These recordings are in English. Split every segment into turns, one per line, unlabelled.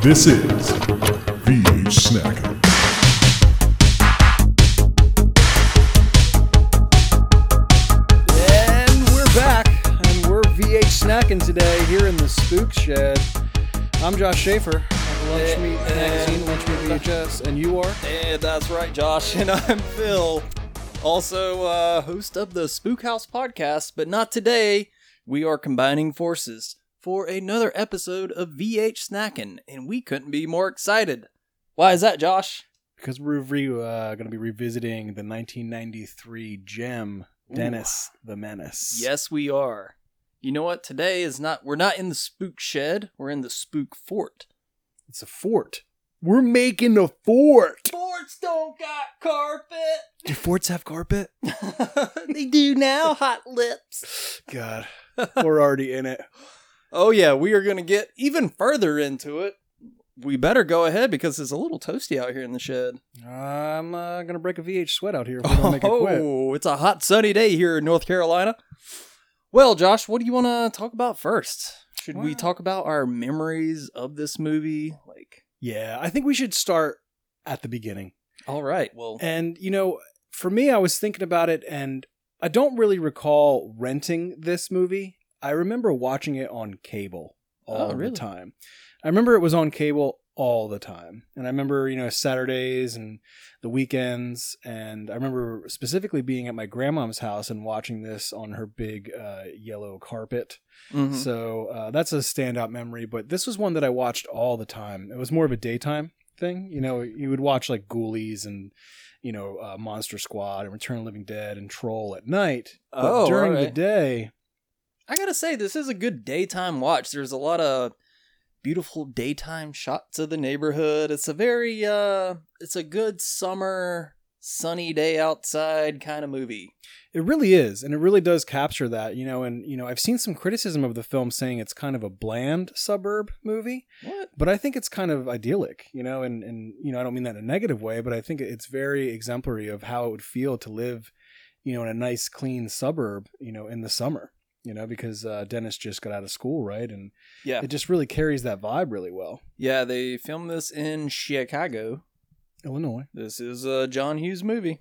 This is VH Snacker.
And we're back, and we're VH snacking today here in the Spook Shed. I'm Josh Schaefer of Lunch Meat Magazine, Lunch Meat VHS, and you are?
Yeah, that's right, Josh, and I'm Phil, also uh, host of the Spook House podcast. But not today. We are combining forces for another episode of VH Snackin', and we couldn't be more excited. Why is that, Josh?
Because we're re- uh, going to be revisiting the 1993 gem, Dennis the Menace.
Yes, we are. You know what? Today is not. We're not in the Spook Shed. We're in the Spook Fort.
It's a fort. We're making a fort.
Forts don't got carpet.
Do forts have carpet?
they do now. Hot lips.
God, we're already in it.
Oh yeah, we are going to get even further into it. We better go ahead because it's a little toasty out here in the shed.
I'm uh, going to break a VH sweat out here if we don't make it quick.
Oh, it's a hot sunny day here in North Carolina. Well, Josh, what do you want to talk about first? Should we
Well-
talk about our memories of this movie? Like,
Yeah, I think we should start at the beginning.
all right, well,
And you know, for me, I was thinking about it, and I don't really recall renting this movie. I remember watching it on cable all
Oh, really?
the time. I remember it was on cable all the time, and I remember you know Saturdays and the weekends, and I remember specifically being at my grandma's house and watching this on her big uh, yellow carpet.
mhm.
So uh, that's a standout memory. But this was one that I watched all the time. It was more of a daytime thing. You know,
Mm-hmm.
you would watch like Ghoulies and you know uh, Monster Squad and Return of the Living Dead and Troll at night. But
Oh,
during the
alright.
day,
I gotta say, this is a good daytime watch. There's a lot of beautiful daytime shots of the neighborhood. It's a very, uh, it's a good summer, sunny day outside kind of movie.
It really is, and it really does capture that, you know. And you know, I've seen some criticism of the film saying it's kind of a bland suburb movie,
What?
but I think it's kind of idyllic, you know. And and you know, I don't mean that in a negative way, but I think it's very exemplary of how it would feel to live, you know, in a nice, clean suburb, you know, in the summer, you know, because uh, Dennis just got out of school, right? And
Yeah.
it just really carries that vibe really well.
Yeah, they filmed this in Chicago.
Illinois,
This is a John Hughes movie.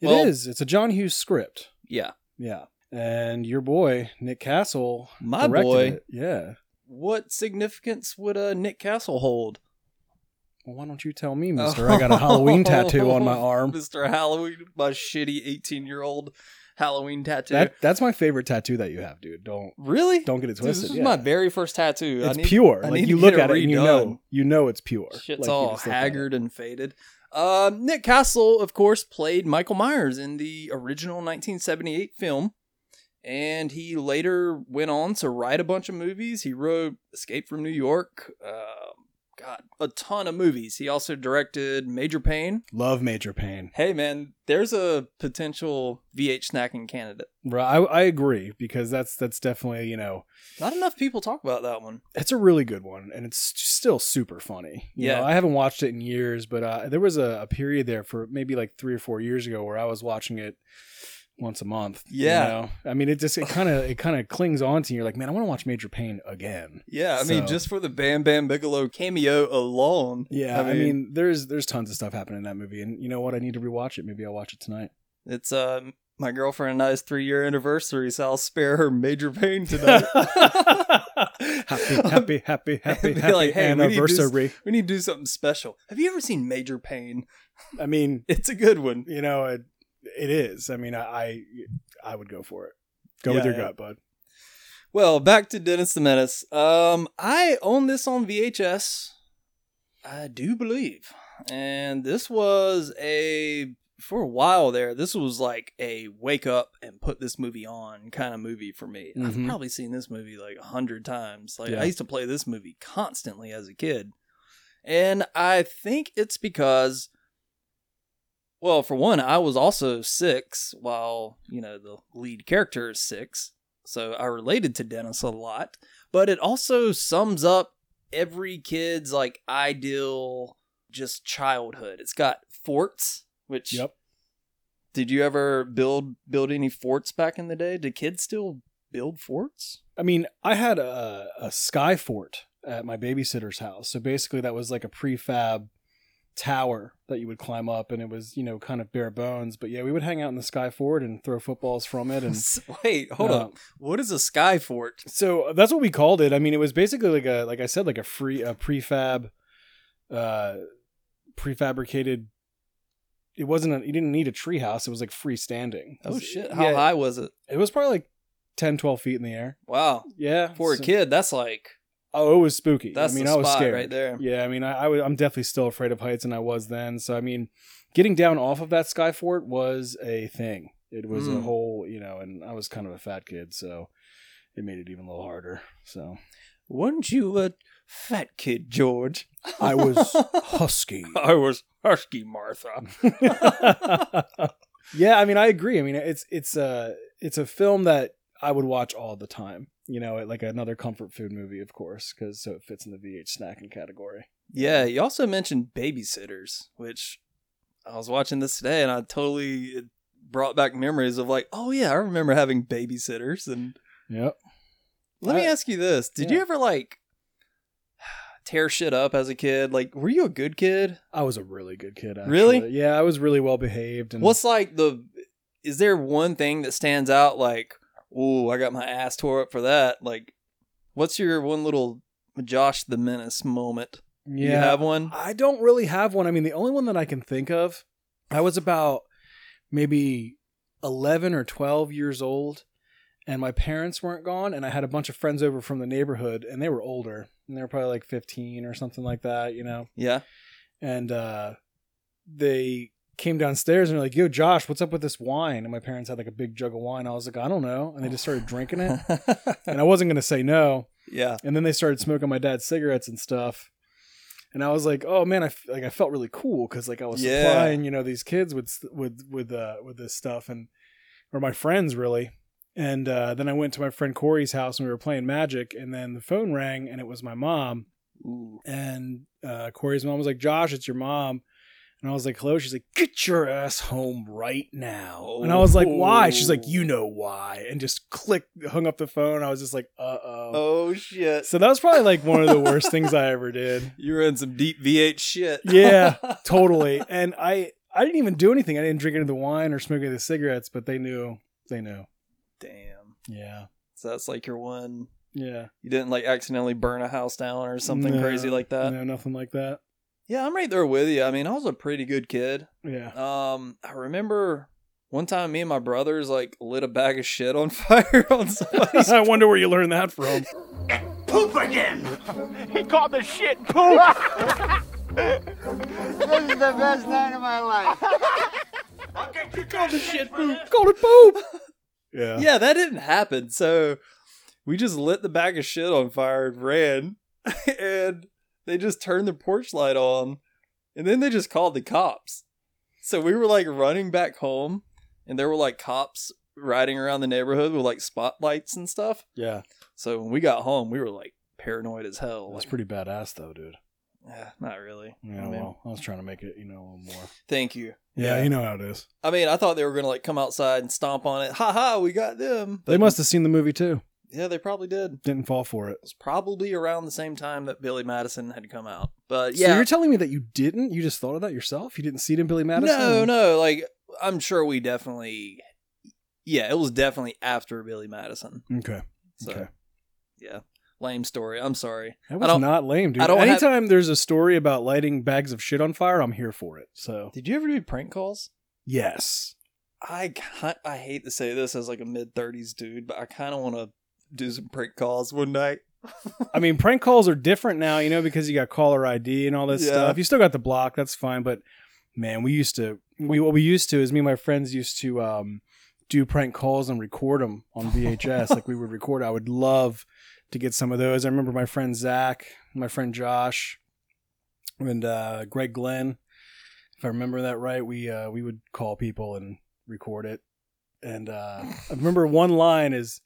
It is.
Well-
It's a John Hughes script,
Yeah.
yeah. And your boy Nick Castle,
My
directed
boy.
it. yeah.
What significance would uh, Nick Castle hold?
Well, why don't you tell me, mister? I
Oh.
got a Halloween tattoo on my arm.
Mr. Halloween, my shitty 18 year old Halloween tattoo.
That that's my favorite tattoo that you have, dude. Don't
really?
don't get it
Dude, this
twisted.
is
yeah.
my very first tattoo. I
it's
need-
pure.
I
like
need
you
to
look
get
at
it
it, and you
redone.
know, you know it's pure.
Shit's
Like, you
all
just look at it.
haggard and faded. Um, Nick Castle, of course, played Michael Myers in the original 1978 film, and he later went on to write a bunch of movies. He wrote Escape from New York, uh, God, a ton of movies. He also directed Major Pain.
Love Major Pain.
Hey, man, there's a potential VH snacking candidate.
Bro, I, I agree because that's that's definitely you know
Not enough people talk about that one.
it's a really good one and it's just still super funny. You
Yeah.
know, I haven't watched it in years, but uh, there was a, a period there for maybe like three or four years ago where I was watching it once a month. you
Yeah.
know? I mean, it just it kind of it kind of clings on to you. You're like, man, I want to watch Major Pain again.
Yeah, I
So-
mean, just for the Bam Bam Bigelow cameo alone.
Yeah, I mean, there's there's tons of stuff happening in that movie, and you know what? I need to rewatch it. Maybe I'll watch it tonight.
It's uh my girlfriend and I's three year anniversary, so I'll spare her major pain tonight.
happy, happy, happy, happy,
Be
happy
like, hey, we need to do s-
anniversary.
We need to do something special. Have you ever seen Major Pain?
I mean,
It's a good one.
you know, it, it is. I mean, I, I I would go for it. Go with
Yeah,
your
yeah.
gut, bud.
Well, back to Dennis the Menace. Um, I own this on VHS. I do believe, and this was a for a while there. This was like a wake up and put this movie on kind of movie for me. I've
Mhm.
probably seen this movie like a hundred times. Like
Yeah.
I used to play this movie constantly as a kid, and I think it's because well, for one, I was also six, while, you know, the lead character is six. So I related to Dennis a lot. But it also sums up every kid's, like, ideal just childhood. It's got forts, which.
Yep.
Did you ever build build any forts back in the day? Did kids still build forts?
I mean, I had a, a sky fort at my babysitter's house. So basically, that was like a prefab tower that you would climb up, and it was you know kind of bare bones. But yeah, we would hang out in the sky forward and throw footballs from it. And
Wait, hold
uh,
up. What is a sky fort?
so uh, that's what we called it. I mean, it was basically like a like I said, like a free a prefab, uh, prefabricated. It wasn't. A, you didn't need a treehouse. It was like freestanding.
Oh shit! How
Yeah,
high was it?
It was probably like 10, 12 feet in the air.
Wow.
Yeah,
For a
so-
kid, that's like
Oh, it was spooky.
that's
I mean,
the
I was
spot
scared
right there.
Yeah, I mean, I, I was, I'm definitely still afraid of heights, and I was then. So, I mean, getting down off of that sky fort was a thing. It was a
Mm.
whole, you know, and I was kind of a fat kid, so it made it even a little harder. So
Weren't you a fat kid, George?
I was husky.
I was husky, Martha.
yeah, I mean, I agree. I mean, it's it's a it's a film that I would watch all the time. You know, like another comfort food movie, of course, because so it fits in the VH snacking category.
Yeah, you also mentioned babysitters, which I was watching this today, and I totally it brought back memories of like, oh yeah, I remember having babysitters. And
Yep.
let me
I-
ask you this: Did you
yeah.
ever like tear shit up as a kid? Like, were you a good kid?
I was a really good kid. Actually.
Really?
Yeah, I was really well behaved. And
What's like the? Is there one thing that stands out? Like, oh, I got my ass tore up for that. Like, what's your one little Josh the Menace moment?
yeah?
You have one?
I don't really have one. I mean, the only one that I can think of, I was about maybe eleven or twelve years old, and my parents weren't gone, and I had a bunch of friends over from the neighborhood, and they were older, and they were probably like fifteen or something like that, you know,
Yeah.
and uh, they came downstairs and they're like, "Yo, Josh, what's up with this wine?" And my parents had like a big jug of wine. I was like, "I don't know," and they just started drinking it, and I wasn't gonna say no.
yeah.
and then they started smoking my dad's cigarettes and stuff and i was like oh man i f- like i felt really cool because like i was
Yeah.
supplying you know these kids with s- with with uh with this stuff and or my friends really and uh then i went to my friend corey's house and we were playing magic and then the phone rang and it was my mom
Ooh.
and uh corey's mom was like josh it's your mom and I was like, hello. She's like, get your ass home right now. And I was like, why? She's like, you know why. And just click, hung up the phone. I was just like, uh oh.
Oh shit.
So that was probably like one of the worst things I ever did.
You were in some deep V8 shit.
Yeah, Totally. And I I didn't even do anything. I didn't drink any of the wine or smoke any of the cigarettes, but they knew. They knew.
Damn.
Yeah.
So that's like your one.
Yeah.
You didn't like accidentally burn a house down or something
No,
crazy like that.
No, nothing like that.
Yeah, I'm right there with you. I mean, I was a pretty good kid.
Yeah.
Um, I remember one time me and my brothers like lit a bag of shit on fire on somebody's.
I wonder where you learned that from.
poop again. He called the shit poop.
This is the best night of my life.
you called the shit poop.
Called it poop.
Yeah.
Yeah, that didn't happen. So we just lit the bag of shit on fire and ran. and they just turned the porch light on. And then they just called the cops. So we were like running back home and there were like cops riding around the neighborhood with like spotlights and stuff.
Yeah.
So when we got home, we were like paranoid as hell.
That's
Oh, Like,
pretty badass though, dude.
eh, not really.
Yeah,
I mean,
well, I was trying to make it, you know, a little more.
thank you.
Yeah,
Yeah.
you know how it is.
I mean, I thought they were going to like come outside and stomp on it. Ha ha, we got them.
They must have seen the movie too.
Yeah, they probably did.
Didn't fall for it.
It was probably around the same time that Billy Madison had come out. But
So
yeah,
you're telling me that you didn't? You just thought of that yourself? You didn't see it in Billy Madison?
no, no, like I'm sure we definitely, yeah, it was definitely after Billy Madison.
Okay.
So
Okay.
yeah, lame story. I'm sorry.
That
I
was
don't-
not lame, dude.
I don't have-
Anytime there's a story about lighting bags of shit on fire, I'm here for it. So
Did you ever do prank calls?
yes,
I can't, I hate to say this as like a mid 30s dude, but I kind of want to do some prank calls one night.
I mean prank calls are different now, you know, because you got caller ID and all this
Yeah.
stuff. You still got the block, that's fine. But man, we used to we what we used to is me and my friends used to um, do prank calls and record them on VHS. like we would record. I would love to get some of those. I remember my friend Zach, my friend Josh, and uh, Greg Glenn. If I remember that right, we uh, we would call people and record it. And uh, I remember one line is,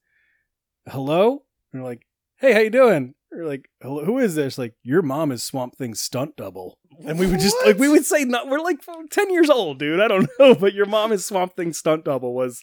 "Hello," and we're like, "Hey, how you doing?" We're like, "Hello, who is this?" Like, your mom is Swamp Thing's stunt double, and we would just like we would say, "No, we're like ten years old, dude. I don't know, but your mom is Swamp Thing's stunt double was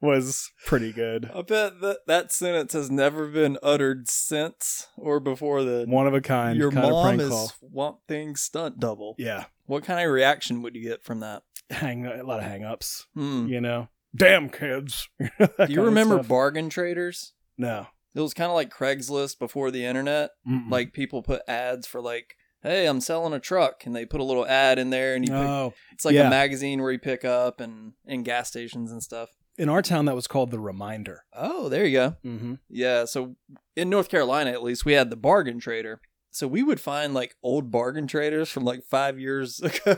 was pretty good.
I bet that that sentence has never been uttered since or before the
One of a kind.
your
kind of
mom
prank
is
call.
Swamp Thing stunt double.
Yeah.
What kind of reaction would you get from that?
Hang a lot of hang ups.
Hmm.
You know? Damn kids. That
Do
kind
you
of
remember
stuff.
bargain traders?
no.
It was kind of like Craigslist before the internet.
Mm-mm.
Like people put ads for like, "Hey, I'm selling a truck," and they put a little ad in there, and you pick,
Oh.
it's like
yeah.
a magazine where you pick up and and gas stations and stuff.
In our town that was called the reminder.
Oh, there you go.
Mm-hmm.
Yeah. So in North Carolina, at least, we had the bargain trader. So we would find like old bargain traders from like five years ago.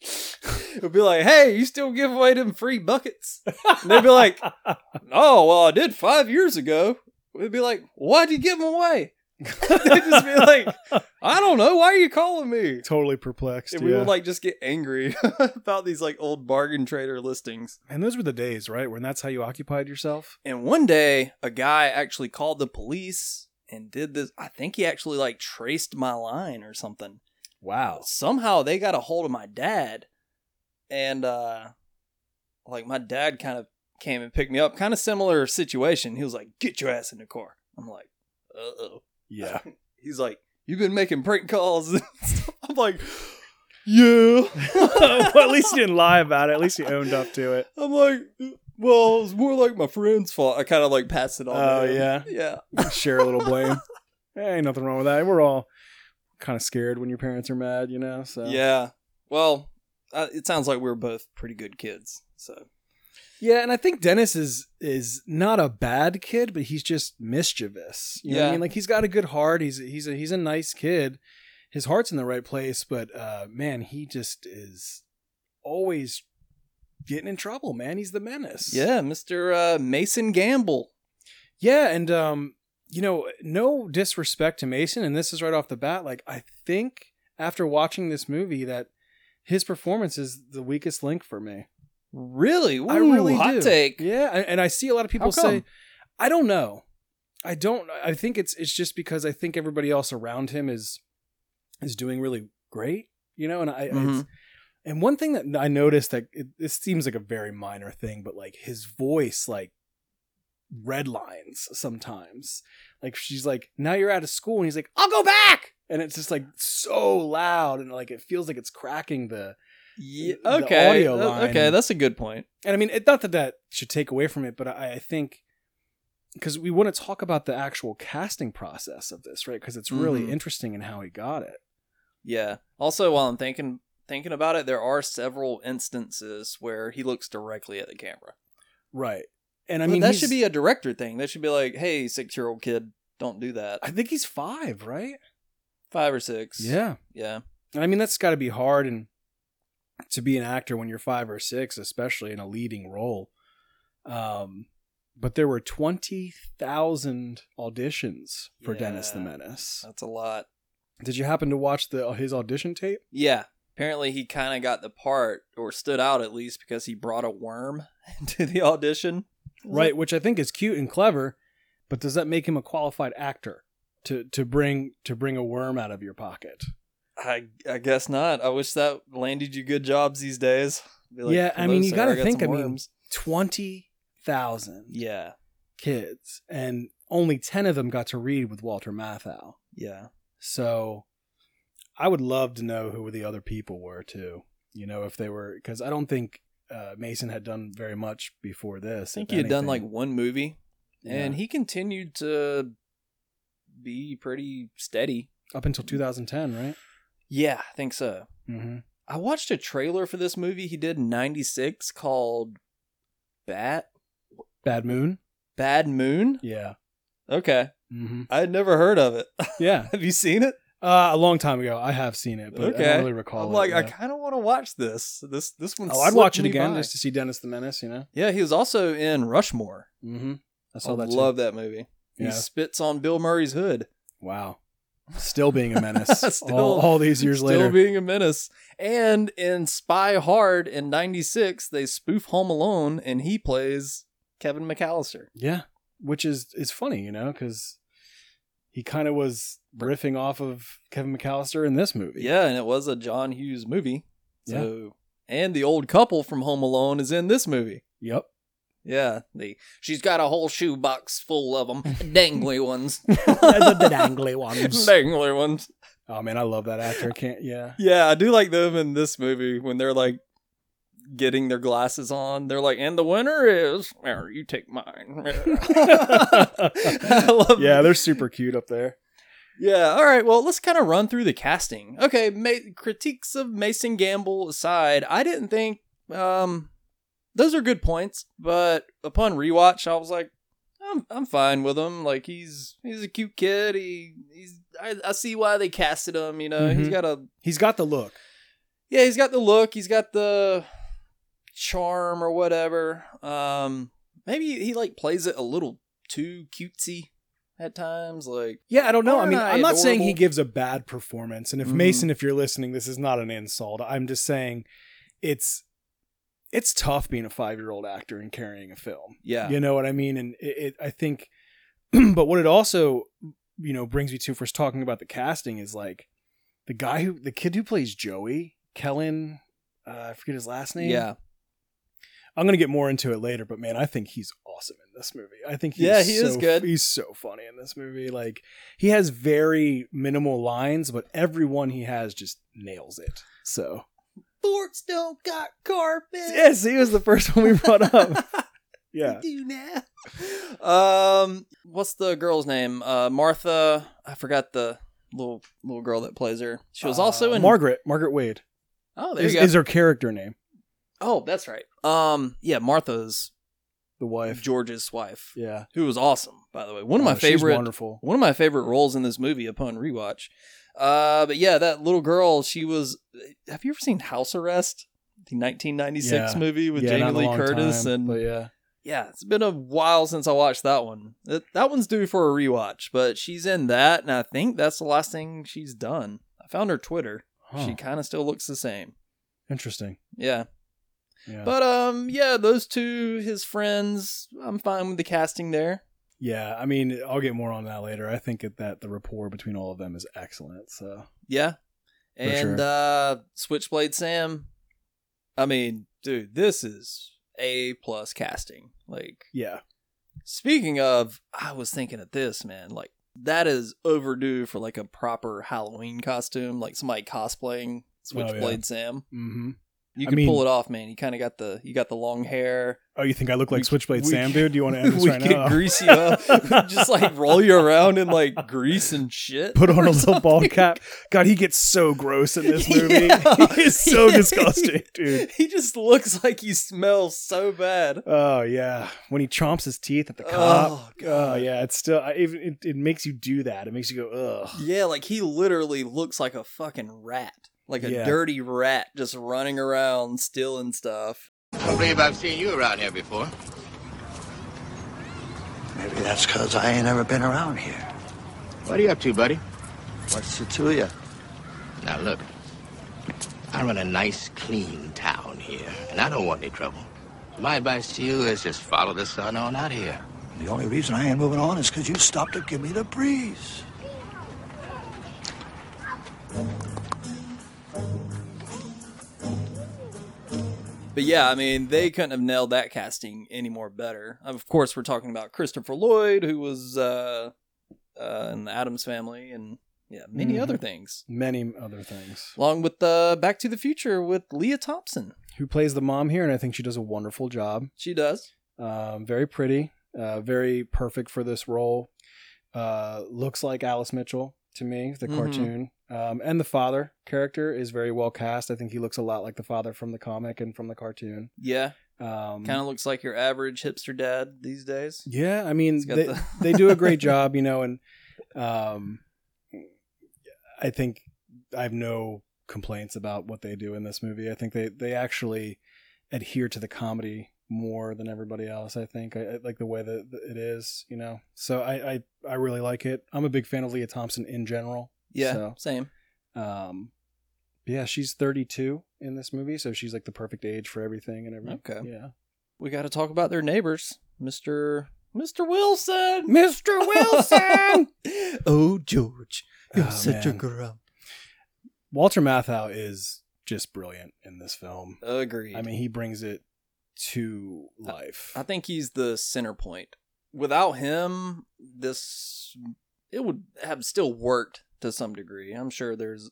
it would be like, hey, you still give away them free buckets? And they'd be like, oh, well, I did five years ago. We'd be like, why'd you give them away? They'd just be like, I don't know. Why are you calling me?
Totally perplexed.
And we
yeah.
would like just get angry about these like old bargain trader listings.
and those were the days, right? When that's how you occupied yourself.
And one day, a guy actually called the police and did this. I think he actually like traced my line or something.
Wow.
Somehow they got a hold of my dad, and uh, like my dad kind of came and picked me up. Kind of similar situation. He was like, "Get your ass in the car." I'm like, "Uh oh."
Yeah.
He's like, "You've been making prank calls." and stuff." I'm like, "Yeah."
well, at least you didn't lie about it. At least you owned up to it.
I'm like, "Well, it's more like my friend's fault." I kind of like passed it on. to
Oh,
him.
yeah?
yeah.
Share a little blame. Eh, ain't nothing wrong with that. We're all kind of scared when your parents are mad, you know. So
Yeah. Well, uh, it sounds like we were both pretty good kids. So
Yeah, and I think Dennis is is not a bad kid, but he's just mischievous. You know what I
Yeah.
mean? Like he's got a good heart. He's he's a he's a nice kid. His heart's in the right place, but uh man, he just is always getting in trouble, man. He's the menace.
yeah, Mr. Uh, Mason Gamble.
Yeah, and um, you know, no disrespect to Mason, and this is right off the bat. Like, I think after watching this movie, that his performance is the weakest link for me.
Really?
I
Ooh,
really
hot
do.
take.
Yeah, and, and I see a lot of people
come?
say, I don't know. I don't. I think it's it's just because I think everybody else around him is is doing really great, you know. And I it's,
Mhm.
and one thing that I noticed that it, this seems like a very minor thing, but like his voice, like red lines sometimes. Like she's like, "Now you're out of school," and he's like, "I'll go back," and it's just like so loud and like it feels like it's cracking the
Yeah,
The
okay.
audio
Uh,
line.
Okay, that's a good point.
and I mean, it, not that that should take away from it, but I, I think because we want to talk about the actual casting process of this, right? Because it's really
Mhm.
interesting in how he got it.
Yeah. Also, while I'm thinking thinking about it, there are several instances where he looks directly at the camera.
Right. And I
I
mean,
mean, that
he's-
should be a director thing. That should be like, hey, six year old kid, don't do that.
I think he's five, right?
Five or six. Yeah.
And I mean, that's got to be hard and to be an actor when you're five or six, especially in a leading role. Um, but there were 20,000 auditions for Dennis the
Yeah.
Menace.
That's a lot.
Did you happen to watch the uh, his audition tape?
Yeah. Apparently he kind of got the part or stood out at least because he brought a worm to the audition.
right which i think is cute and clever but does that make him a qualified actor to to bring to bring a worm out of your pocket
I I guess not. I wish that landed you good jobs these days. Be like,
Yeah, I
"Hello,
mean, you
sir,
gotta
got
think,
some
I mean-
worms."
20,000
yeah.
kids and only 10 of them got to read with Walter Matthau
Yeah.
so i would love to know who the other people were too you know if they were cuz i don't think uh, Mason had done very much before this.
I think he had done like one movie and he continued to be pretty steady.
up until 2010, right?
Yeah, I think so.
Mm-hmm.
I watched a trailer for this movie he did in 96 called Bat
Bad Moon.
Bad Moon.
Yeah.
Okay.
Mm-hmm.
I had never heard of it.
Yeah.
Have you seen it?
Uh, a long time ago, I have seen it, but I
Okay.
don't really recall.
I'm
it,
like, I
yeah.
kind of want to watch this. This this one.
oh, I'd watch it
slipped me
again
by.
just to see Dennis the Menace. You know,
yeah, he was also in Rushmore.
mm-hmm. I
I
saw that. too.
love that movie.
Yeah.
He spits on Bill Murray's hood.
Wow, still being a menace
Still-
all, all these years
Still
later.
being a menace. And in Spy Hard in '96, they spoof Home Alone, and he plays Kevin McAllister.
yeah, which is is funny, you know, because he kind of was riffing off of Kevin McAllister in this movie.
Yeah, and it was a John Hughes movie. So, and the old couple from Home Alone is in this movie.
Yep.
Yeah, the she's got a whole shoebox full of them, dangly ones,
the dangly ones.
dangly ones.
Oh man, I love that actor. Can't yeah.
Yeah, I do like them in this movie when they're like getting their glasses on. They're like, and the winner is, "Here, you take mine. I love
Yeah, they're super cute up there.
Yeah, all right. Well, let's kind of run through the casting. Okay, ma- critiques of Mason Gamble aside, I didn't think um those are good points, but upon rewatch, I was like, I'm I'm fine with him. Like he's he's a cute kid. He he's I, I see why they casted him. You know, he's
Mhm.
got a
He's got the look.
yeah, he's got the look. He's got the charm or whatever. Um, maybe he like plays it a little too cutesy at times. Like
Yeah, I don't know. I
Aren't
mean,
I
I'm not saying he
Ah, adorable?
gives a bad performance. And if
Mhm.
Mason, if you're listening, this is not an insult. I'm just saying it's it's tough being a five year old actor and carrying a film.
yeah,
You know what I mean? And it, it I think, but what it also, you know, brings me to if we're talking about the casting is like the guy who, the kid who plays Joey, Kellen, uh, I forget his last name.
yeah.
I'm going to get more into it later, but man, I think he's awesome in this movie. I think he's
Yeah, he
so,
is good.
He's so funny in this movie. Like he has very minimal lines, but every one he has just nails it. So
Forts don't got carpet.
yes, he was the first one we brought
Oh,
up. yeah,
do now. Um, what's the girl's name? Uh, Martha. I forgot the little little girl that plays her. She was also
Uh,
in
Margaret. Margaret Wade
Oh, there
is,
you go.
is her character name.
oh, that's right. Um, yeah, Martha's
The wife.
George's wife,
Yeah,
who was awesome, by the way. One of my
Oh, she's
favorite
Wonderful.
one of my favorite roles in this movie upon rewatch. Uh, but yeah, that little girl, she was. Have you ever seen House Arrest, the 1996
Yeah.
movie with
Yeah, not
Jamie
in a
Lee
long
Curtis
time,
and
but yeah,
yeah, it's been a while since I watched that one. That, that one's due for a rewatch, but she's in that, and I think that's the last thing she's done. I found her Twitter.
Huh.
She kind of still looks the same.
interesting.
Yeah.
Yeah,
But, um, yeah, those two, his friends, I'm fine with the casting there.
yeah. I mean, I'll get more on that later. I think that- that the rapport between all of them is excellent. So
Yeah.
For
And,
sure.
uh, Switchblade Sam. I mean, dude, this is A plus casting. Like,
yeah.
Speaking of, I was thinking of this, man. Like that is overdue for like a proper Halloween costume, like somebody cosplaying
Oh, yeah.
Switchblade Sam.
hmm
You
I
can
mean-
pull it off, man. You kind of got the you got the long hair.
Oh, you think I look like
We-
Switchblade
we-
Sam, dude? Do you want to end this
we
right
could
now?
grease you up, just like roll you around in like grease and shit.
Put on
or
a little ball
something.
cap. God, he gets so gross in this movie.
Yeah.
He's so
Yeah.
disgusting, dude.
He just looks like he smells so bad.
Oh yeah, when he chomps his teeth at the cop.
Oh
Oh,
god.
yeah, it's still. I, even it, it makes you do that. It makes you go ugh.
Yeah, like he literally looks like a fucking rat. Like a
Yeah.
dirty rat just running around stealing stuff.
I believe I've seen you around here before.
Maybe that's 'cause I ain't ever been around here.
What are you up to, buddy?
What's it to you?
Now look, I run a nice, clean town here, and I don't want any trouble. My advice to you is just follow the sun on out of here.
The only reason I ain't moving on is 'cause you stopped to give me the breeze.
But yeah, I mean, they couldn't have nailed that casting any more better. Of course, we're talking about Christopher Lloyd, who was uh, uh, in the Adams family and yeah, many
Mhm.
other things.
Many other things.
Along with uh, Back to the Future with Leah Thompson.
Who plays the mom here? And I think she does a wonderful job.
She does.
Um, very pretty. Uh, very perfect for this role. Uh, looks like Alice Mitchell to me, the
Mhm.
cartoon. Um, and the father character is very well cast. I think he looks a lot like the father from the comic and from the cartoon.
Yeah.
Um,
Kind of looks like your average hipster dad these days.
Yeah, I mean,
He's got
they,
the-
they do a great job, you know, and um, I think I have no complaints about what they do in this movie. I think they they actually adhere to the comedy more than everybody else. I think I, I like the way that it is, you know. So I, I I really like it. I'm a big fan of Leah Thompson in general.
Yeah.
So.
Same.
Um, yeah, she's 32 in this movie, so she's like the perfect age for everything and everything.
Okay.
Yeah.
We got to talk about their neighbors, Mr. Mr. Wilson.
Mr.
oh, George, you're
Ah,
Oh,
such a
man.
grump.
Walter Matthau is just brilliant in this film.
Agreed.
I mean, he brings it to
Uh,
life.
I think he's the center point. Without him, this it would have still worked to some degree. I'm sure there's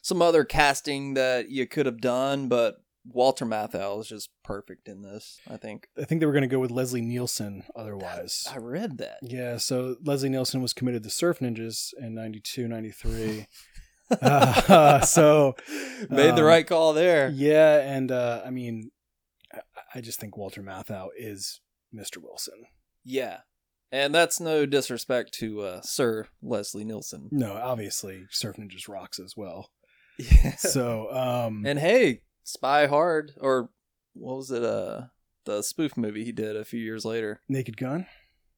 some other casting that you could have done, but Walter Matthau is just perfect in this. I think
I think they were going to go with Leslie Nielsen otherwise.
I read that.
Yeah, so Leslie Nielsen was committed to Surf Ninjas in 92, 93. Uh, so
made the
um,
right call there.
yeah, and uh, I mean, I, I just think Walter Matthau is Mr. Wilson.
Yeah, and that's no disrespect to uh, Sir Leslie Nielsen.
No, obviously, Surf Ninjas rocks as well.
Yeah.
So, um,
And hey, Spy Hard or what was it? Uh, the spoof movie he did a few years later.
Naked Gun,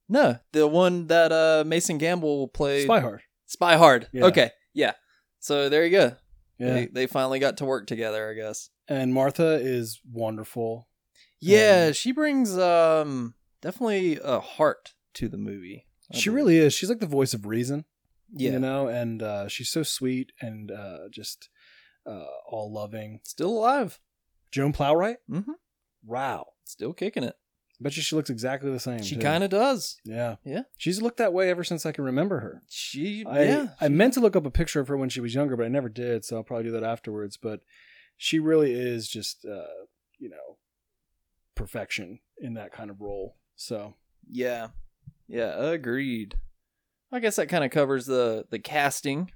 No, the one that uh Mason Gamble played.
Spy Hard.
Spy Hard.
Yeah.
Okay, yeah. So there you go.
Yeah.
They, they finally got to work together, I guess.
And Martha is wonderful.
Yeah,
Um,
she brings um definitely a heart to the movie. I
she
believe.
really is. She's like the voice of reason.
yeah.
you know and uh she's so sweet and uh just uh all loving
Still alive.
joan plowright
Mhm.
wow
Still kicking it.
bet you she looks exactly the same
She kind of does.
yeah
Yeah.
she's looked that way ever since i can remember her
She
I,
yeah.
I meant to look up a picture of her when she was younger but i never did so i'll probably do that afterwards but she really is just uh you know perfection in that kind of role so
Yeah. Yeah, agreed. I guess that kind of covers the the casting.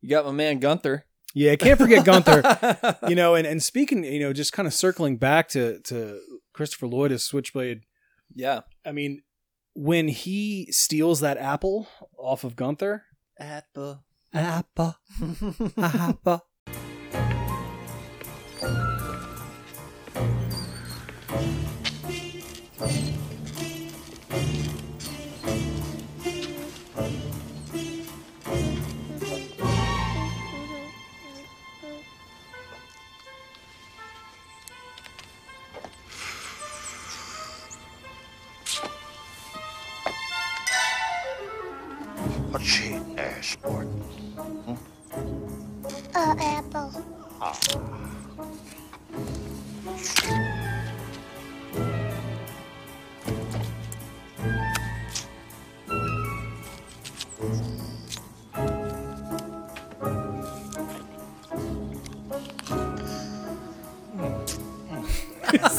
You got my man Gunther.
yeah I can't forget gunther you know, and, and speaking, you know, just kind of circling back to to Christopher Lloyd as Switchblade.
yeah.
I mean, when he steals that apple off of Gunther,
Apple.
apple, apple.
What's she eating there, sport?
Uh, apple.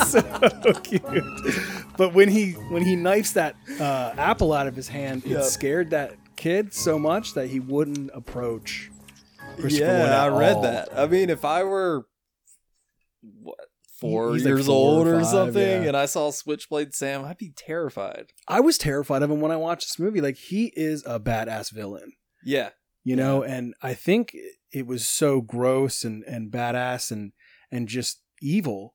so cute. But when he when he knifes that uh, apple out of his hand, it scared that kid so much that he wouldn't approach. Christopher Lloyd
Yeah, I
at
read
all.
that. I mean, if I were what four
He's like
years
four or
old or
five,
something,
yeah.
and I saw Switchblade Sam, I'd be terrified.
I was terrified of him when I watched this movie. Like he is a badass villain.
Yeah,
you know and i think it was so gross and and badass and and just evil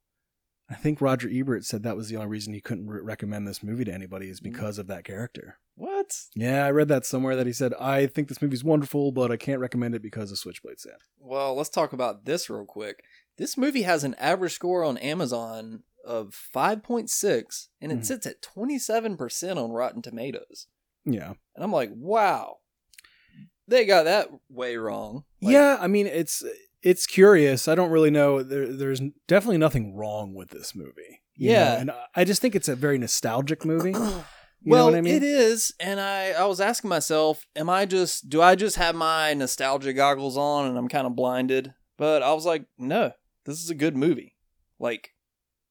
i think roger ebert said that was the only reason he couldn't re- recommend this movie to anybody is because of that character
Mm. what?
yeah i read that somewhere that he said i think this movie's wonderful but i can't recommend it because of switchblade sam
Well, let's talk about this real quick. This movie has an average score on Amazon of 5.6 and it
Mhm.
sits at 27% on Rotten Tomatoes.
yeah
And I'm like, wow. They got that way wrong. Like,
yeah i mean it's it's curious i don't really know there, there's definitely nothing wrong with this movie you know,
Yeah.
and I- i just think it's a very nostalgic movie You
well,
know what I mean?
it is, and I I was asking myself, am I just do I just have my nostalgia goggles on and I'm kind of blinded? But I was like, no, this is a good movie. Like,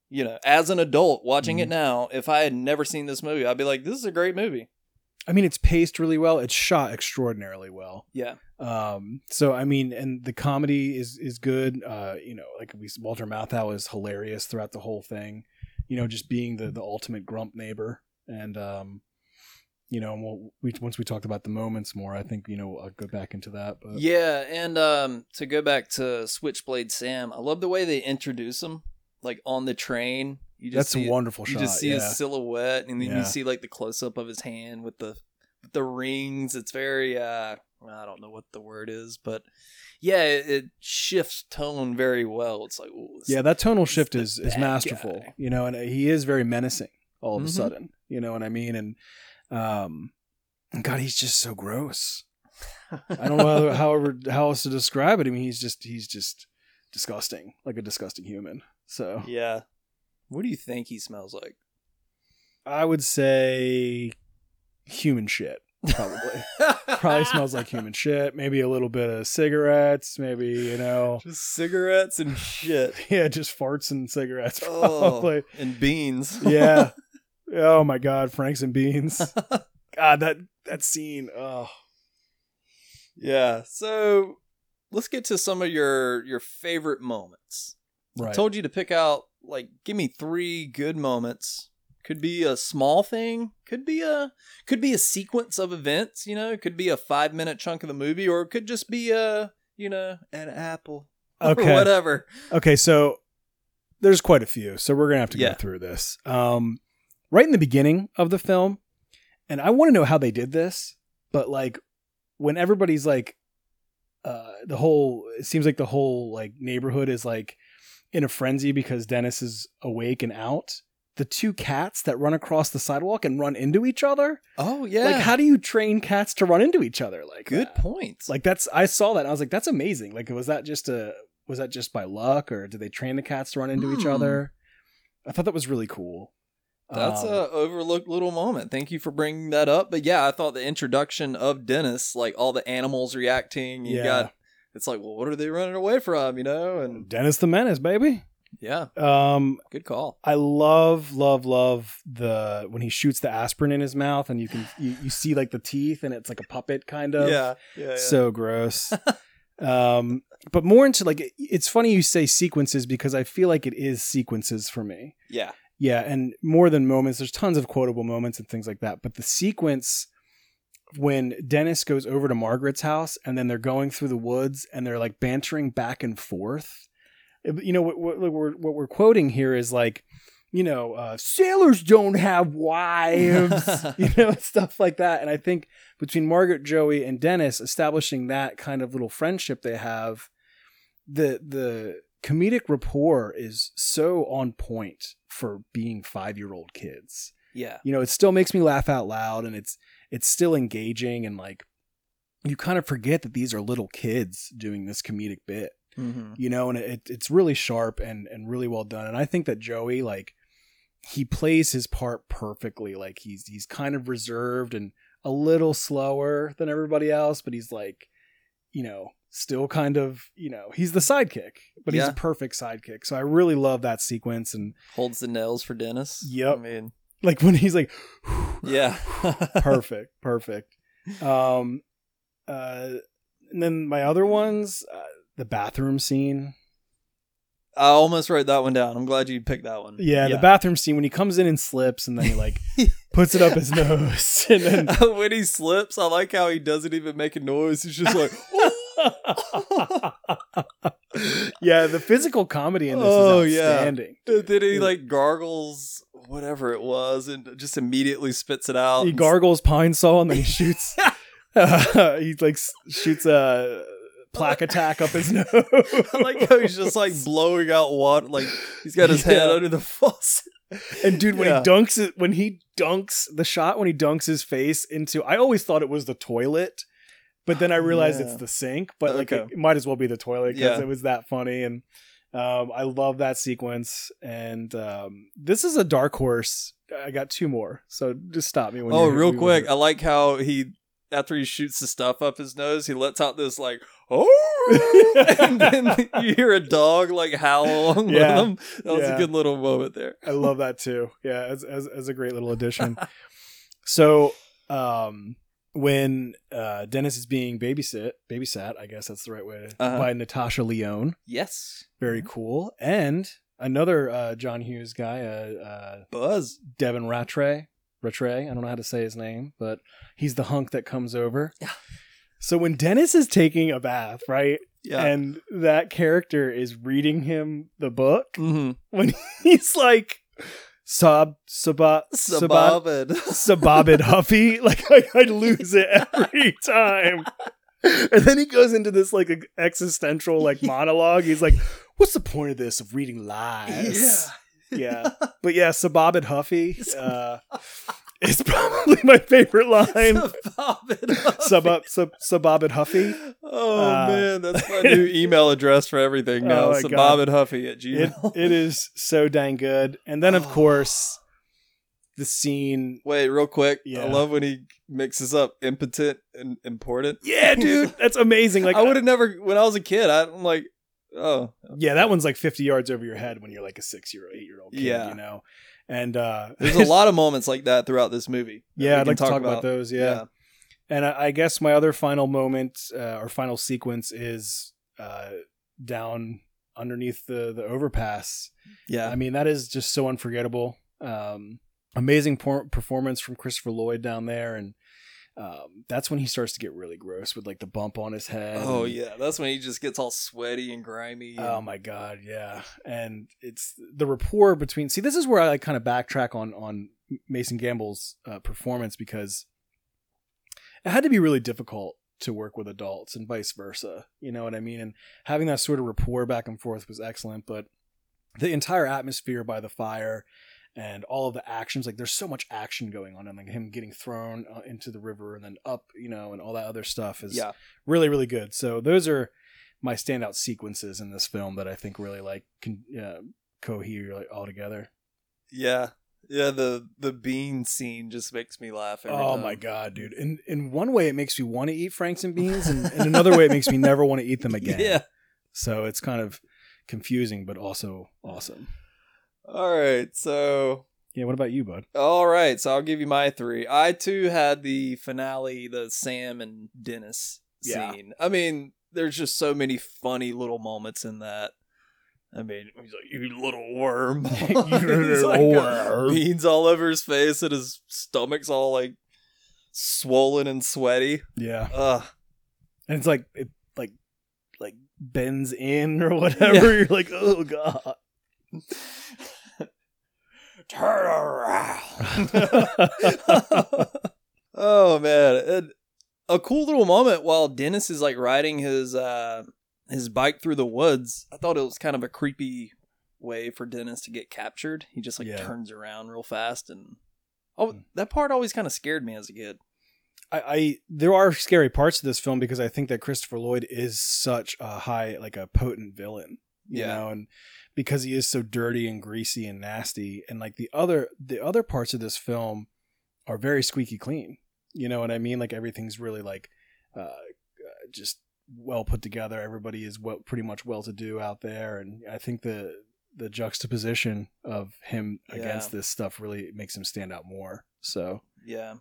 you know, as an adult watching
Mm-hmm.
it now, if I had never seen this movie, I'd be like, this is a great movie.
I mean, it's paced really well. It's shot extraordinarily well.
Yeah.
Um, so I mean, and the comedy is is good. Uh, you know, like we Walter Matthau is hilarious throughout the whole thing. You know, just being the the ultimate grump neighbor, and um, you know, and we'll, we once we talked about the moments more, I think you know I'll go back into that. But
Yeah, and um, to go back to Switchblade Sam, I love the way they introduce him, like on the train. You
that's
see
a
it-
wonderful
you
shot.
just see
yeah.
his silhouette, and then
Yeah.
you see like the close up of his hand with the with the rings. It's very uh, I don't know what the word is, but yeah, it, it shifts tone very well. It's like ooh, this-
yeah, that tonal
He's
shift
the
is is
bad
masterful,
guy.
you know, and he is very menacing all of
Mhm.
a sudden, you know what I mean? And um, God, he's just so gross. I don't know how, however how else to describe it. I mean, he's just he's just disgusting, like a disgusting human. So
yeah, What do you think he smells like?
I would say human shit. Probably, probably smells like human shit. Maybe a little bit of cigarettes. Maybe you know,
Just cigarettes and shit.
yeah, just farts and cigarettes. Probably,
Oh, and beans.
yeah. Oh my god, Franks and beans. God, that that scene. Oh,
Yeah. So let's get to some of your your favorite moments.
right.
Told you to pick out like give me three good moments. Could be a small thing, could be a could be a sequence of events, you know, could be a 5-minute chunk of the movie or it could just be a, you know, an apple or
Okay.
whatever.
Okay, so there's quite a few, so we're gonna have to
Yeah.
go through this. Um, right in the beginning of the film, and I want to know how they did this, but like when everybody's like, uh, the whole it seems like the whole like neighborhood is like in a frenzy because Dennis is awake and out. The two cats that run across the sidewalk and run into each other.
Oh yeah.
Like, how do you train cats to run into each other? Like,
good
that?
points.
Like that's I saw that and I was like, that's amazing. Like was that just a was that just by luck or did they train the cats to run into each
Hmm.
other? I thought that was really cool.
That's
Um,
a overlooked little moment. Thank you for bringing that up. But yeah, I thought the introduction of Dennis, like all the animals reacting, you
Yeah.
got it's like, well, what are they running away from, you know? And
Dennis the Menace, baby.
yeah,
Um
good call.
I love, love, love the when he shoots the aspirin in his mouth and you can you, you see like the teeth and it's like a puppet kind of.
yeah, yeah.
so gross um but more into like it- it's funny you say sequences because i feel like it is sequences for me
yeah,
yeah and more than moments there's tons of quotable moments and things like that but the sequence when dennis goes over to margaret's house and then they're going through the woods and they're like bantering back and forth It- you know what, what, what we're, what we're quoting here is like you know uh, sailors don't have wives you know stuff like that and i think between margaret joey and dennis establishing that kind of little friendship they have the the comedic rapport is so on point for being five year old kids.
yeah.
You know, it still makes me laugh out loud, and it's it's still engaging, and like you kind of forget that these are little kids doing this comedic bit.
Mhm.
You know, and it it's really sharp and and really well done. And I think that Joey like he plays his part perfectly. Like he's he's kind of reserved and a little slower than everybody else, but he's like, you know, still kind of, you know, he's the sidekick, but he's
Yeah.
a perfect sidekick. So I really love that sequence and
Holds the nails for Dennis.
Yep.
I mean,
like when he's like
yeah.
perfect, perfect. Um uh and then my other ones, uh, the bathroom scene.
I almost wrote that one down. I'm glad you picked that one.
Yeah, the bathroom scene when he comes in and slips and then he like puts it up his nose and then
when he slips, I like how he doesn't even make a noise. He's just like,
yeah, the physical comedy in this
Oh,
is
yeah.
outstanding.
And then he
Yeah.
like gargles whatever it was and just immediately spits it out.
He
and-
gargles pine saw and then he shoots. he like s- shoots a plaque attack up his nose.
I like how he's just like blowing out water. Like he's got his head
Yeah.
under the faucet.
and dude, when
Yeah.
he dunks it, when he dunks the shot, when he dunks his face into, I always thought it was the toilet, but then I realized
Ah, Yeah.
it's the sink. But like,
Okay.
it, might as well be the toilet because
Yeah.
it was that funny, and um, I love that sequence. And um, this is a dark horse. I got two more, so just stop me when.
oh,
you're-
real
we-
quick. I like how he, after he shoots the stuff up his nose, he lets out this like, oh, and then you hear a dog like howl along
Yeah.
with him. That was a
Yeah.
good little moment there.
I love that too. Yeah, as as, as a great little addition. so, um, when uh, Dennis is being babysit, babysat, I guess that's the right way to,
Uh-huh.
by Natasha Leone.
Yes.
Very cool. And another uh, John Hughes guy, uh, uh,
Buzz.
Devin Rattray. Rattray. I don't know how to say his name, but he's the hunk that comes over.
Yeah.
So when Dennis is taking a bath, right,
Yeah.
and that character is reading him the book,
Mhm.
he's like sob sabat
Mm-hmm.
sabat
Suburban.
sababid huffy like I, I lose it every time and then he goes into this like existential like monologue he's like what's the point of this of reading lies yeah but yeah sababid huffy uh is probably my favorite line.
Subobbit.
sub up, sub subobbit huffy.
Oh
Uh,
man, that's my new email address for everything now.
Oh, my
Oh, Bob
God.
and Huffy at
It,
Gmail.
it is so dang good. And then of
Oh.
course, the scene.
Wait, real quick.
Yeah.
I love when he mixes up impotent and important.
Yeah, dude, that's amazing. Like
I would have never when I was a kid. I, am like, oh,
Yeah, that one's like 50 yards over your head when you're like a six year old, eight year old kid,
Yeah.
you know? And uh,
there's a lot of moments like that throughout this movie. that we
yeah, I'd
can
like to talk about, those. Yeah. And I, I guess my other final moment uh, or final sequence is uh, down underneath the, the overpass.
yeah,
I mean, that is just so unforgettable. Um, amazing por- performance from Christopher Lloyd down there. And um, that's when he starts to get really gross with like the bump on his head.
Oh
and-
yeah, that's when he just gets all sweaty and grimy. and-
Oh my god, yeah. And it's the rapport between. See, this is where I like, kind of backtrack on on Mason Gamble's uh, performance because it had to be really difficult to work with adults and vice versa. You know what I mean? And having that sort of rapport back and forth was excellent. But the entire atmosphere by the fire and all of the actions, like there's so much action going on, and like him getting thrown uh, into the river and then up, you know, and all that other stuff is
yeah.
really really good so those are my standout sequences in this film that i think really like can uh, cohere like all together
Yeah. Yeah, the the bean scene just makes me laugh. Every
oh
time.
my god dude in in one way it makes me want to eat franks and beans and in another way it makes me never want to eat them again
Yeah.
so it's kind of confusing but also awesome
All right. So
yeah what about you bud
all right. So I'll give you my three. I too had the finale, the Sam and Dennis
Yeah.
scene. I mean, there's just so many funny little moments in that. I mean, he's like, "You little worm." He's like, beans all over his face, and his stomach's all like swollen and sweaty.
yeah
Ugh.
and it's like it like like bends in or whatever you're like oh god
Turn around. oh man, And a cool little moment while Dennis is like riding his uh his bike through the woods. I thought it was kind of a creepy way for Dennis to get captured. He just like
Yeah.
turns around real fast and oh that part always kind of scared me as a kid.
I, I there are scary parts of this film because I think that Christopher Lloyd is such a high like a potent villain, you
Yeah.
know, and because he is so dirty and greasy and nasty, and like the other the other parts of this film are very squeaky clean, you know what I mean? Like everything's really like uh, uh, just well put together. Everybody is well, pretty much well to do out there, and I think the the juxtaposition of him against this stuff really makes him stand out more. So
Yeah.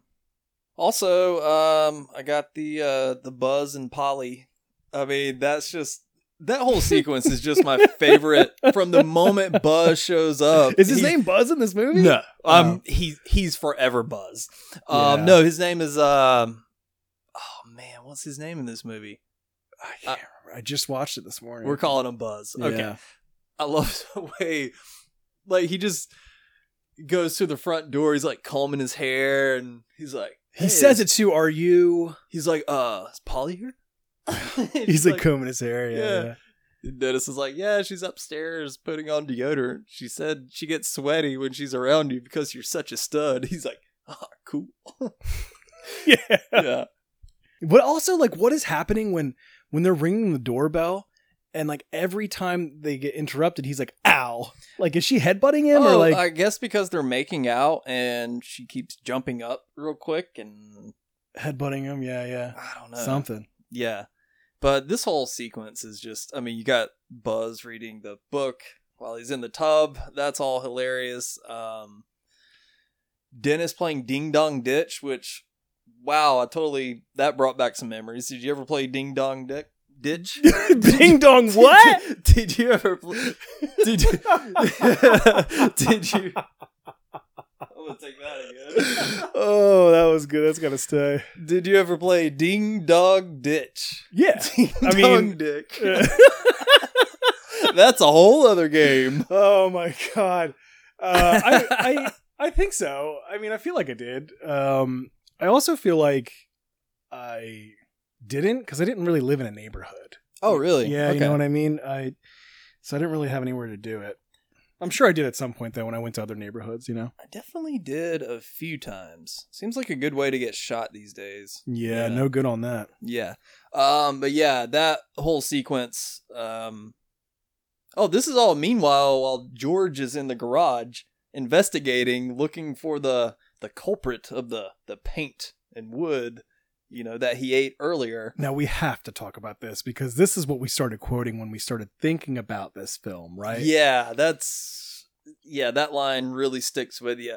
Also, um, I got the uh the Buzz and Polly. I mean, that's just that whole sequence is just my favorite from the moment Buzz shows up.
is his
He's-
name Buzz in this movie?
Uh, No. Um
Oh.
he he's forever Buzz. Um
Yeah.
no, his name is um Oh man, what's his name in this movie?
I can't remember. I just watched it this morning.
Uh, We're calling him Buzz. Okay.
Yeah.
I love the way, like, he just goes to the front door. He's like combing his hair, and he's like,
He
"Hey,
says it too. Are you?
He's like, uh, is Polly here?
He's like, combing his hair.
Yeah.
Yeah. yeah.
And Dennis is like, yeah, she's upstairs putting on deodorant. She said she gets sweaty when she's around you because you're such a stud. He's like, ah, cool. yeah.
But also, like, what is happening when when they're ringing the doorbell? And like every time they get interrupted, he's like, "Ow!" Like, is she headbutting him or
Oh,
like?
I guess because they're making out and she keeps jumping up real quick and
headbutting him? Yeah, yeah,
I don't know.
something.
Yeah. But this whole sequence is just I mean, you got Buzz reading the book while he's in the tub. That's all hilarious. Um Dennis playing Ding Dong Ditch, which wow, I totally that brought back some memories. Did you ever play Ding Dong Dick Ditch?
Ding dong, what?
Did you ever play Did you Did you I'm gonna take that again.
oh, that was good. That's gotta stay.
Did you ever play Ding Dong Ditch?
Yeah.
Ding
I mean-
Dong Dick. That's a whole other game.
oh my god. Uh, I, I I think so. I mean, I feel like I did. Um, I also feel like I didn't because I didn't really live in a neighborhood.
Oh, really?
Yeah, you know what I mean. I so I didn't really have anywhere to do it. I'm sure I did at some point though when I went to other neighborhoods. You know.
I definitely did a few times. Seems like a good way to get shot these days.
Yeah,
Yeah.
no good on that.
Yeah. Um, but yeah, that whole sequence. Um, oh, this is all meanwhile while George is in the garage investigating, looking for the the culprit of the the paint and wood, you know, that he ate earlier.
Now we have to talk about this because this is what we started quoting when we started thinking about this film, right?
Yeah, that's yeah, that line really sticks with you.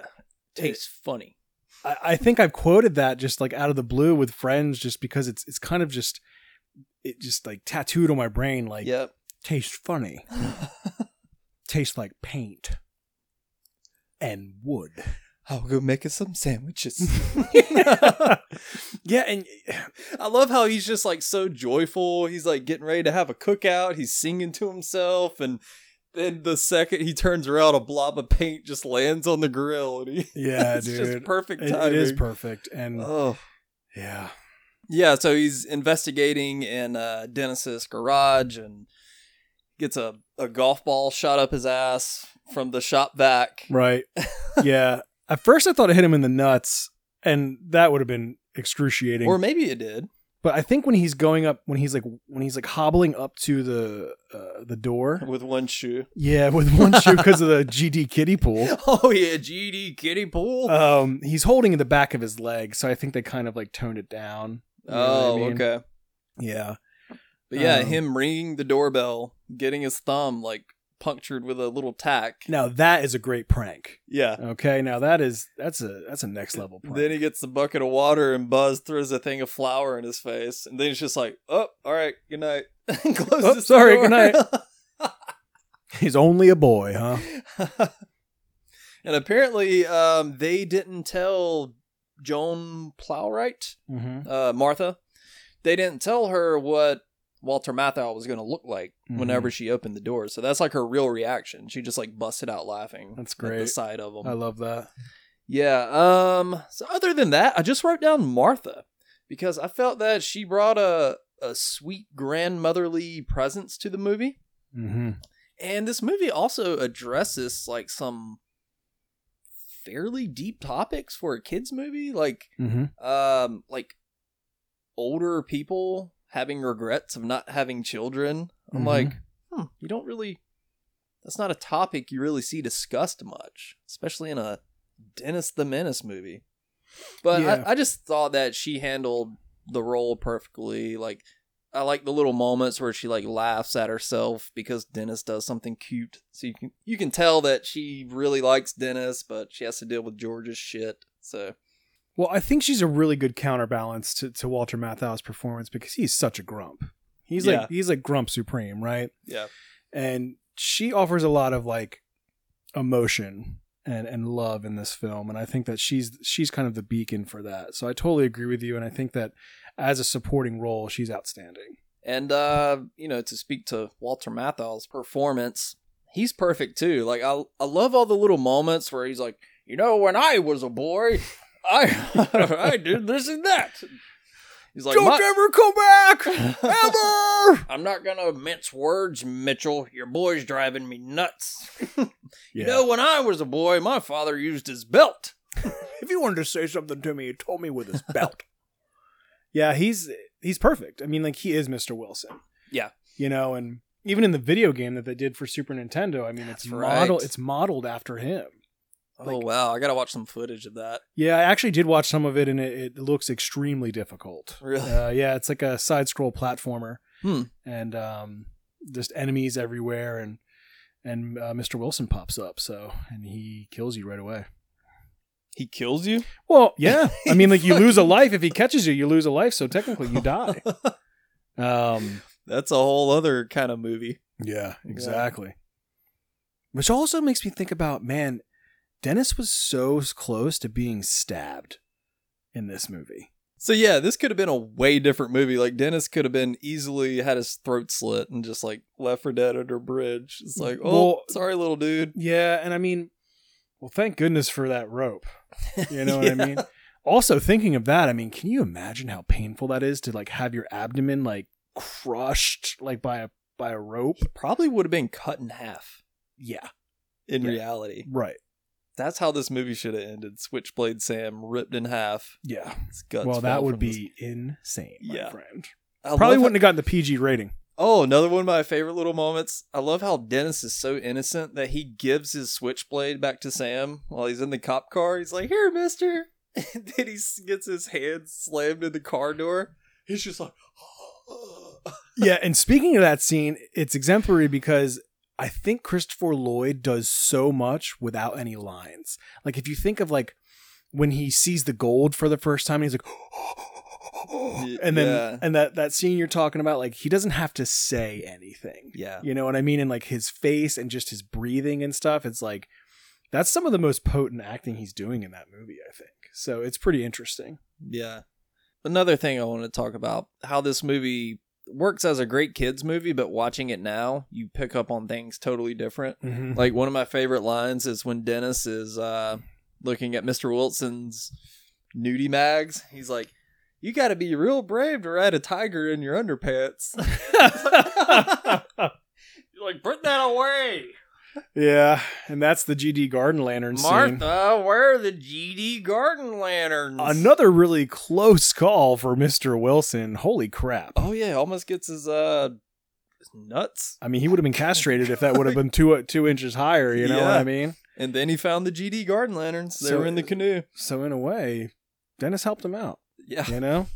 Tastes funny.
I, I think I've quoted that just like out of the blue with friends, just because it's it's kind of just it just like tattooed on my brain, like
Yep.
tastes funny, tastes like paint and wood.
I'll go make us some sandwiches.
yeah, and
I love how he's just like so joyful. He's like getting ready to have a cookout. He's singing to himself, and then the second he turns around, a blob of paint just lands on the grill, and he
yeah,
it's
dude,
just perfect
It-
timing.
it is perfect, and
Oh.
yeah,
Yeah, so he's investigating in uh, Dennis's garage and gets a, a golf ball shot up his ass from the shop back.
right, yeah. At first, I thought it hit him in the nuts, and that would have been excruciating.
Or maybe it did.
But I think when he's going up, when he's like, when he's like hobbling up to the uh, the door,
with one shoe.
yeah, with one shoe because of the GD kiddie pool.
Oh yeah, GD kiddie pool.
Um, he's holding in the back of his leg, so I think they kind of like toned it down. You know
oh,
what I mean?
okay.
Yeah,
But yeah,
Um,
him ringing the doorbell, getting his thumb like punctured with a little tack.
now that is a great prank.
Yeah.
Okay, now that is that's a that's a next level prank.
Then he gets the bucket of water and Buzz throws a thing of flour in his face, and then he's just like, "Oh, all right, good night." and closes
Oh,
the
sorry,
door.
good he's only a boy, huh?
and apparently, um, they didn't tell Joan Plowright,
Mm-hmm.
uh, Martha. They didn't tell her what Walter Matthau was going to look like
Mhm.
whenever she opened the door. So that's like her real reaction. She just like busted out laughing.
That's
At the
great.
sight of him.
I love that.
Yeah. Um. So other than that, I just wrote down Martha because I felt that she brought a a sweet grandmotherly presence to the movie,
Mm-hmm.
and this movie also addresses like some fairly deep topics for a kids movie, like
Mm-hmm.
um like older people having regrets of not having children. I'm
Mhm.
like, hmm, you don't really. That's not a topic you really see discussed much, especially in a Dennis the Menace movie. But
Yeah.
I, I just thought that she handled the role perfectly. Like, I like the little moments where she like laughs at herself because Dennis does something cute. So you can you can tell that she really likes Dennis, but she has to deal with George's shit. So
Well, I think she's a really good counterbalance to, to Walter Matthau's performance because he's such a grump. He's
Yeah.
like he's like grump supreme, right?
yeah,
And she offers a lot of like emotion and and love in this film, and I think that she's she's kind of the beacon for that. So I totally agree with you, and I think that as a supporting role, she's outstanding.
And uh, you know, to speak to Walter Matthau's performance, he's perfect too. Like I I love all the little moments where he's like, you know, when I was a boy, I I did this and that. He's like, "My-
ever come back, ever.
I'm not gonna mince words, Mitchell. Your boy's driving me nuts.
Yeah.
You know, when I was a boy, my father used his belt.
if you wanted to say something to me, you told me with his belt. yeah, he's he's perfect. I mean, like he is Mr. Wilson.
Yeah.
you know, and even in the video game that they did for Super Nintendo, I mean, it's
That's
model
right.
it's modeled after him.
oh wow, I gotta watch some footage of that.
Yeah, I actually did watch some of it, and it, it looks extremely difficult.
Really?
Uh, yeah, it's like a side scroll platformer,
Hmm.
and um, just enemies everywhere, and and uh, Mr. Wilson pops up, so and he kills you right away.
He kills you?
Well, yeah. I mean, like you lose a life if he catches you. You lose a life, so technically you die. Um,
That's a whole other kind of movie.
yeah, exactly. Which also makes me think about man, Dennis was so close to being stabbed in this movie.
So yeah, this could have been a way different movie. Like Dennis could have been easily had his throat slit and just like left for dead under a bridge. It's like, oh,
Well-
sorry, little dude.
Yeah, and I mean, well, thank goodness for that rope. You know what
Yeah.
I mean? Also, thinking of that, I mean, can you imagine how painful that is to like have your abdomen like crushed like by a by a rope?
Probably would have been cut in half.
Yeah.
in
Yeah.
reality.
Right.
That's how this movie should have ended. Switchblade Sam ripped in half.
Yeah.
His guts
well, that
fell
would
from his-
be insane, my
Yeah.
friend.
I
Probably
love
wouldn't have gotten the PG rating.
Oh, another one of my favorite little moments. I love how Dennis is so innocent that he gives his switchblade back to Sam while he's in the cop car. He's like, "Here, mister." And then he s- gets his hand slammed in the car door. He's just like,
yeah, and speaking of that scene, it's exemplary because I think Christopher Lloyd does so much without any lines. Like if you think of like when he sees the gold for the first time, he's like, and then
yeah.
and that that scene you're talking about, like he doesn't have to say anything.
"Yeah,
You know what I mean? And like his face and just his breathing and stuff. It's like that's some of the most potent acting he's doing in that movie. I think so. It's pretty interesting.
yeah." Another thing I want to talk about how this movie works as a great kids movie, but watching it now, you pick up on things totally different.
Mm-hmm.
Like one of my favorite lines is when Dennis is uh, looking at Mr. Wilson's nudie mags. He's like, "You got to be real brave to ride a tiger in your underpants." You're like, "Put that away,
Yeah, and that's the GD Garden Lantern scene.
Martha. Where are the GD garden lanterns?"
Another really close call for Mr. Wilson. Holy crap.
Oh yeah, almost gets his uh his nuts,
I mean, he would have been castrated if that would have been two uh, two inches higher. You know what
Yeah.
I mean?
and then he found the GD garden lanterns. They
So-
were in the canoe.
So in a way, Dennis helped him out.
Yeah.
You know,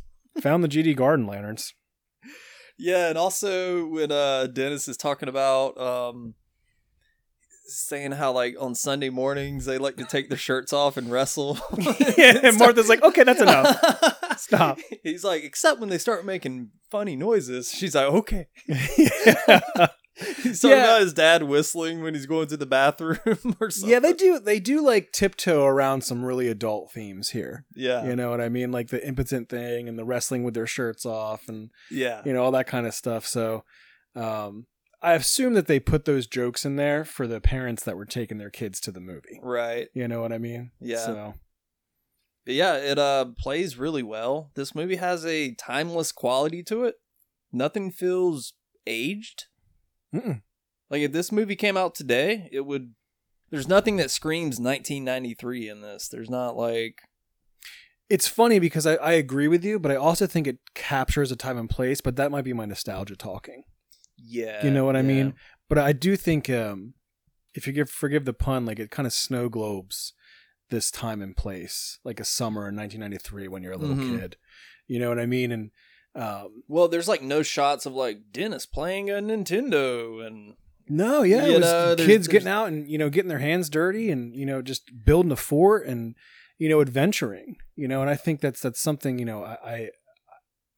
found the GD Garden Lanterns.
Yeah, and also when uh Dennis is talking about um saying how like on Sunday mornings they like to take their shirts off and wrestle.
yeah, and Martha's like, okay, that's enough. Stop.
He's like, except when they start making funny noises. She's like, okay. He's talking
Yeah.
about his dad whistling when he's going to the bathroom or something.
yeah, they do. They do like tiptoe around some really adult themes here.
Yeah.
You know what I mean? Like the impotent thing and the wrestling with their shirts off and
Yeah.
you know all that kind of stuff. So, um, I assume that they put those jokes in there for the parents that were taking their kids to the movie.
Right.
You know what I mean?
Yeah.
So
But yeah, it uh plays really well. This movie has a timeless quality to it. Nothing feels aged.
Mm-mm.
Like if this movie came out today, it would there's nothing that screams 1993 in this. There's not like
it's funny because I, I agree with you, but I also think it captures a time and place. But that might be my nostalgia talking.
yeah.
You know what I
yeah.
mean? But I do think, um, if you give, forgive the pun, like it kind of snow globes this time and place, like a summer in 1993 when you're a little
Mhm.
kid. You know what I mean? And um,
Well, there's like no shots of like Dennis playing a Nintendo and
no, yeah, it
You
was
know, there's-
kids getting
there's-
out and you know getting their hands dirty and you know just building a fort and you know adventuring. You know, and I think that's that's something you know I. I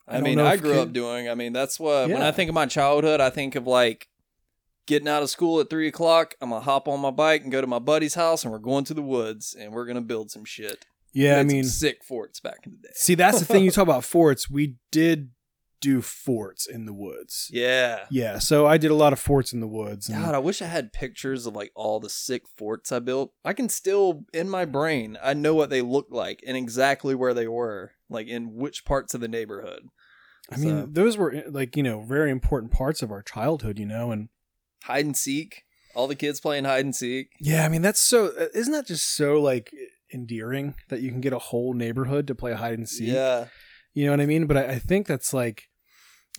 I
I,
don't
mean,
know
I
if
grew
kid-
up doing. I mean, that's what when
Yeah.
I think of my childhood, I think of like getting out of school at three o'clock. I'm gonna hop on my bike and go to my buddy's house, and we're going to the woods and we're gonna build some shit.
yeah, I
Made some
mean,
sick forts back in the day.
see, that's the thing you talk about forts. We did do forts in the woods.
Yeah.
Yeah, so I did a lot of forts in the woods. and-
God, I wish I had pictures of like all the sick forts I built. I can still in my brain, I know what they looked like and exactly where they were, like in which parts of the neighborhood.
I mean,
So-
those were eh, like you know very important parts of our childhood, you know. And
Hide and seek. All the kids playing hide and seek.
yeah, I mean that's so eh, isn't that just so like endearing that you can get a whole neighborhood to play hide and seek?
Yeah.
You know what I mean? But I, I think that's like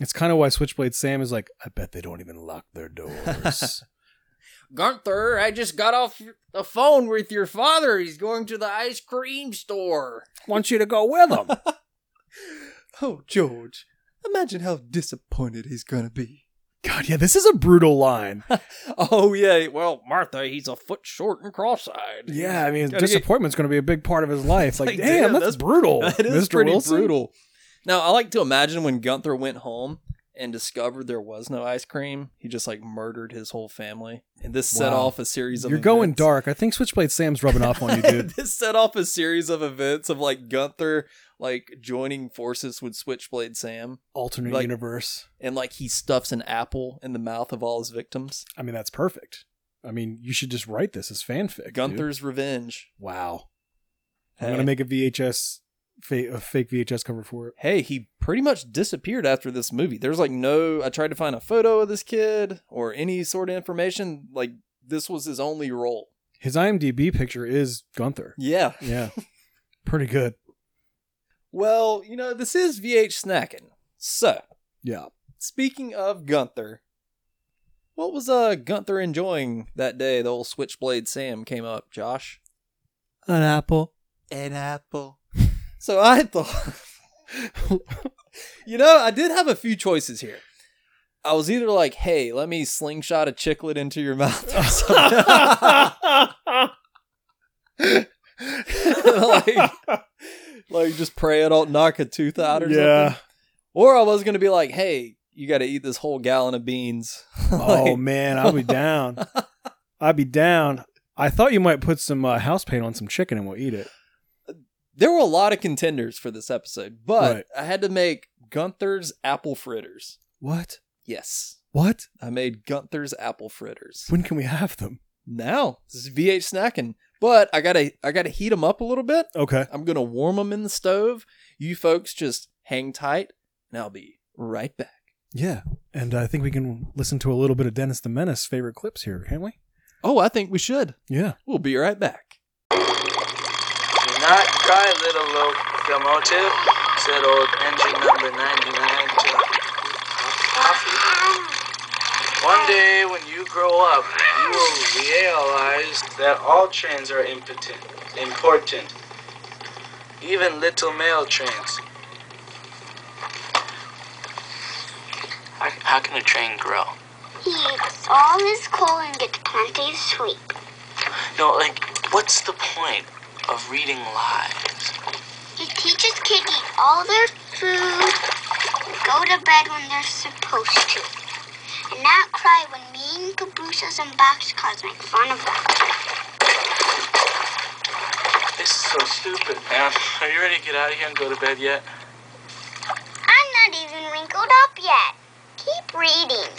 it's kind of why Switchblade Sam is like, I bet they don't even lock their doors.
Gunther, I just got off the phone with your father. He's going to the ice cream store.
Want you to go with them?
Oh, George, imagine how disappointed he's going to be.
God, yeah, this is a brutal line.
Oh, yeah. Well, Martha, he's a foot short and cross eyed.
Yeah, I mean,
Gotta get-
disappointment's going to be a big part of his life. Like,
like,
damn,
damn,
that's,
that's-
brutal.
That is
Mr.
pretty
Wilson.
brutal. Now, I like to imagine when Gunther went home and discovered there was no ice cream, he just like murdered his whole family. And this set
Wow.
off a series of
You're going
events.
dark. I think Switchblade Sam's rubbing off on you, dude.
this set off a series of events of like Gunther like joining forces with Switchblade Sam,
Alternate
Like-
universe.
and like he stuffs an apple in the mouth of all his victims.
I mean, that's perfect. I mean, you should just write this as fanfic. dude.
Gunther's revenge.
Wow. I'm
Hey.
gonna make a VHS, fa- a fake VHS cover for it.
Hey, he pretty much disappeared after this movie. There's like no. I tried to find a photo of this kid or any sort of information. Like this was his only role.
His IMDb picture is Gunther.
Yeah.
Yeah. Pretty good.
Well, you know, this is VH snacking. So,
Yeah.
speaking of Gunther, what was uh Gunther enjoying that day the old Switchblade Sam came up, Josh?
An apple.
An apple. So I thought You know, I did have a few choices here. I was either like, hey, let me slingshot a chiclet into your mouth or something. like, like just pray I don't knock a tooth out or something.
Yeah.
Or I was gonna be like, hey, you got to eat this whole gallon of beans.
Oh
Like,
man, I'll be down. I'll be down. I thought you might put some uh, house paint on some chicken and we'll eat it.
There were a lot of contenders for this episode, but
Right.
I had to make Gunther's apple fritters.
What?
Yes,
What?
I made Gunther's apple fritters.
When can we have them?
Now this is VH snacking, but I gotta I gotta heat them up a little bit.
Okay.
I'm gonna warm them in the stove. You folks just hang tight, and I'll be right back.
Yeah. And I think we can listen to a little bit of Dennis the Menace favorite clips here, can't we?
Oh, I think we should.
Yeah.
We'll be right back.
Do not cry, little locomotive, said old engine number 99. to- One day when you grow up, you will realize that all trains are impotent, important, even little mail trains.
How, how can a train grow?
He eats all his coal and gets plenty sweet.
No, like, what's the point of reading lies?
He teaches kids to eat all their food, go to bed when they're supposed to, and not cry when mean cabooses and boxcars make fun of them.
This is so stupid, man. Are you ready to get out of here and go to bed yet?
I'm not even wrinkled up yet. Keep reading.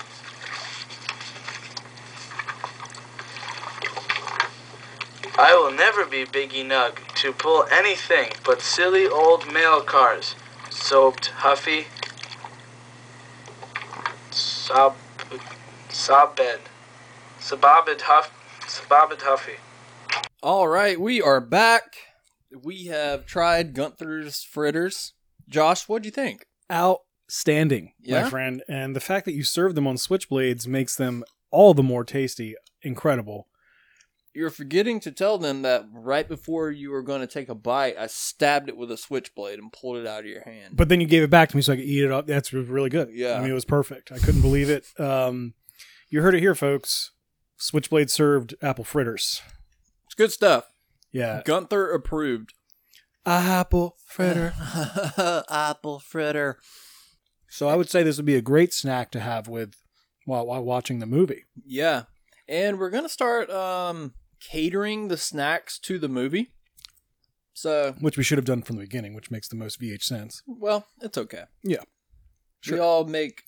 I will never be Biggie Nug to pull anything but silly old mail cars. Soaped Huffy. Sob. Sobbed. Sabobbed Huff. Sabobbed Huffy.
All right, we are back. We have tried Gunther's fritters. Josh, what'd you think?
Outstanding,
Yeah?
my friend. And the fact that you serve them on switchblades makes them all the more tasty. Incredible.
You're forgetting to tell them that right before you were going to take a bite, I stabbed it with a switchblade and pulled it out of your hand.
But then you gave it back to me so I could eat it up. That's really good.
Yeah.
I mean, it was perfect. I couldn't believe it. Um, you heard it here, folks. Switchblade served apple fritters.
it's good stuff.
Yeah.
Gunther approved.
Apple
Apple fritter.
So I would say this would be a great snack to have with while, while watching the movie.
Yeah. And we're going to start um, catering the snacks to the movie. So,
which we should have done from the beginning, which makes the most VH sense.
well, it's okay.
Yeah.
We all make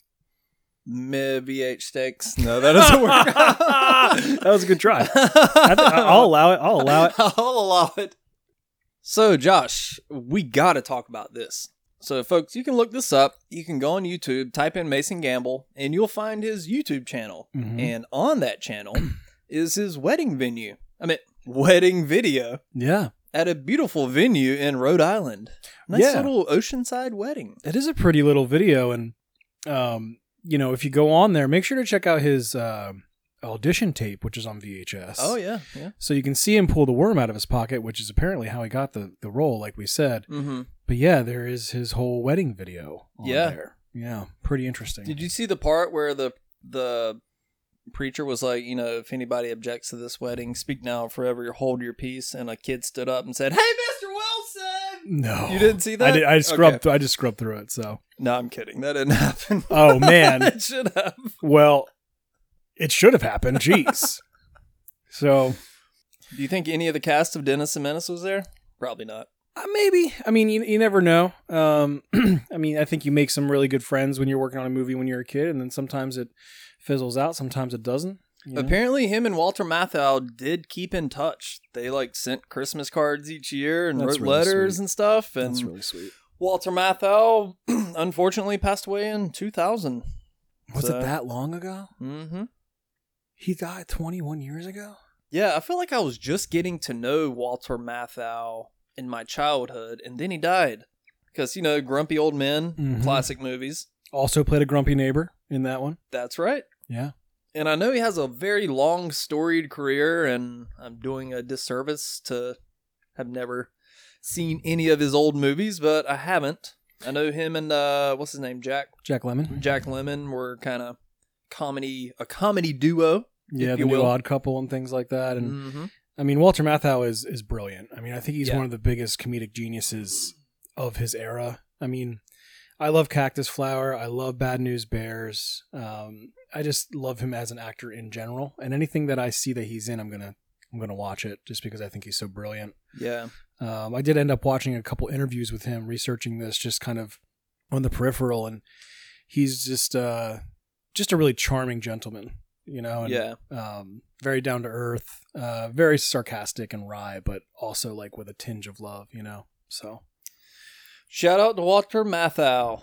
meh VH steaks. No, that doesn't work.
That was a good try. I th- I'll allow it. I'll allow it.
I'll allow it. So, Josh, we got to talk about this. So, folks, you can look this up. You can go on YouTube, type in Mason Gamble, and you'll find his YouTube channel.
Mhm.
And on that channel is his wedding venue. I mean, wedding video
Yeah,
at a beautiful venue in Rhode Island. Nice
Yeah.
little oceanside wedding.
it is a pretty little video, and um, you know, if you go on there, make sure to check out his um audition tape, which is on VHS.
Oh, yeah. Yeah.
So you can see him pull the worm out of his pocket, which is apparently how he got the the role, like we said.
Mm-hmm.
But yeah, there is his whole wedding video. On
Yeah.
there. yeah, pretty interesting.
Did you see the part where the the preacher was like, you know, if anybody objects to this wedding, speak now or forever, you hold your peace? And a kid stood up and said, "Hey, Mister Wilson."
No,
You didn't see that?
I did. I scrubbed.
Okay.
I just scrubbed through it. So
No, I'm kidding. That didn't happen.
Oh, man.
it should have.
Well, it should have happened. Jeez. so
Do you think any of the cast of Dennis and Menace was there? Probably not.
uh, maybe I mean you, you never know. Um, I mean I think you make some really good friends when you're working on a movie when you're a kid, and then sometimes it fizzles out, sometimes it doesn't. you know?
Apparently, him and Walter Matthau did keep in touch. They like sent Christmas cards each year and
That's
wrote
really
letters
sweet.
and stuff. And
That's really sweet.
Walter Matthau unfortunately passed away in 2000.
Was
So-
it that long ago?
Mm-hmm.
He died 21 years ago?
Yeah, I feel like I was just getting to know Walter Matthau in my childhood, and then he died. Because, you know, grumpy old men,
Mhm.
classic movies.
Also played a grumpy neighbor in that one.
That's right.
Yeah.
And I know he has a very long, storied career, and I'm doing a disservice to have never seen any of his old movies, but I haven't. I know him and, uh, what's his name, Jack?
Jack Lemon.
Jack Lemon were kind of comedy, a comedy duo.
Yeah, the
if you
new
will.
odd couple and things like that. And
Mhm.
I mean, Walter Matthau is is brilliant. I mean, I think he's
Yeah.
one of the biggest comedic geniuses of his era. I mean, I love Cactus Flower. I love Bad News Bears. Um, I just love him as an actor in general, and anything that I see that he's in, I'm gonna I'm gonna watch it just because I think he's so brilliant.
Yeah.
Um, I did end up watching a couple interviews with him, researching this just kind of on the peripheral, and he's just uh, just a really charming gentleman, you know. And,
Yeah.
um, very down to earth, uh, very sarcastic and wry, but also like with a tinge of love, you know. So
Shout out to Walter Matthau.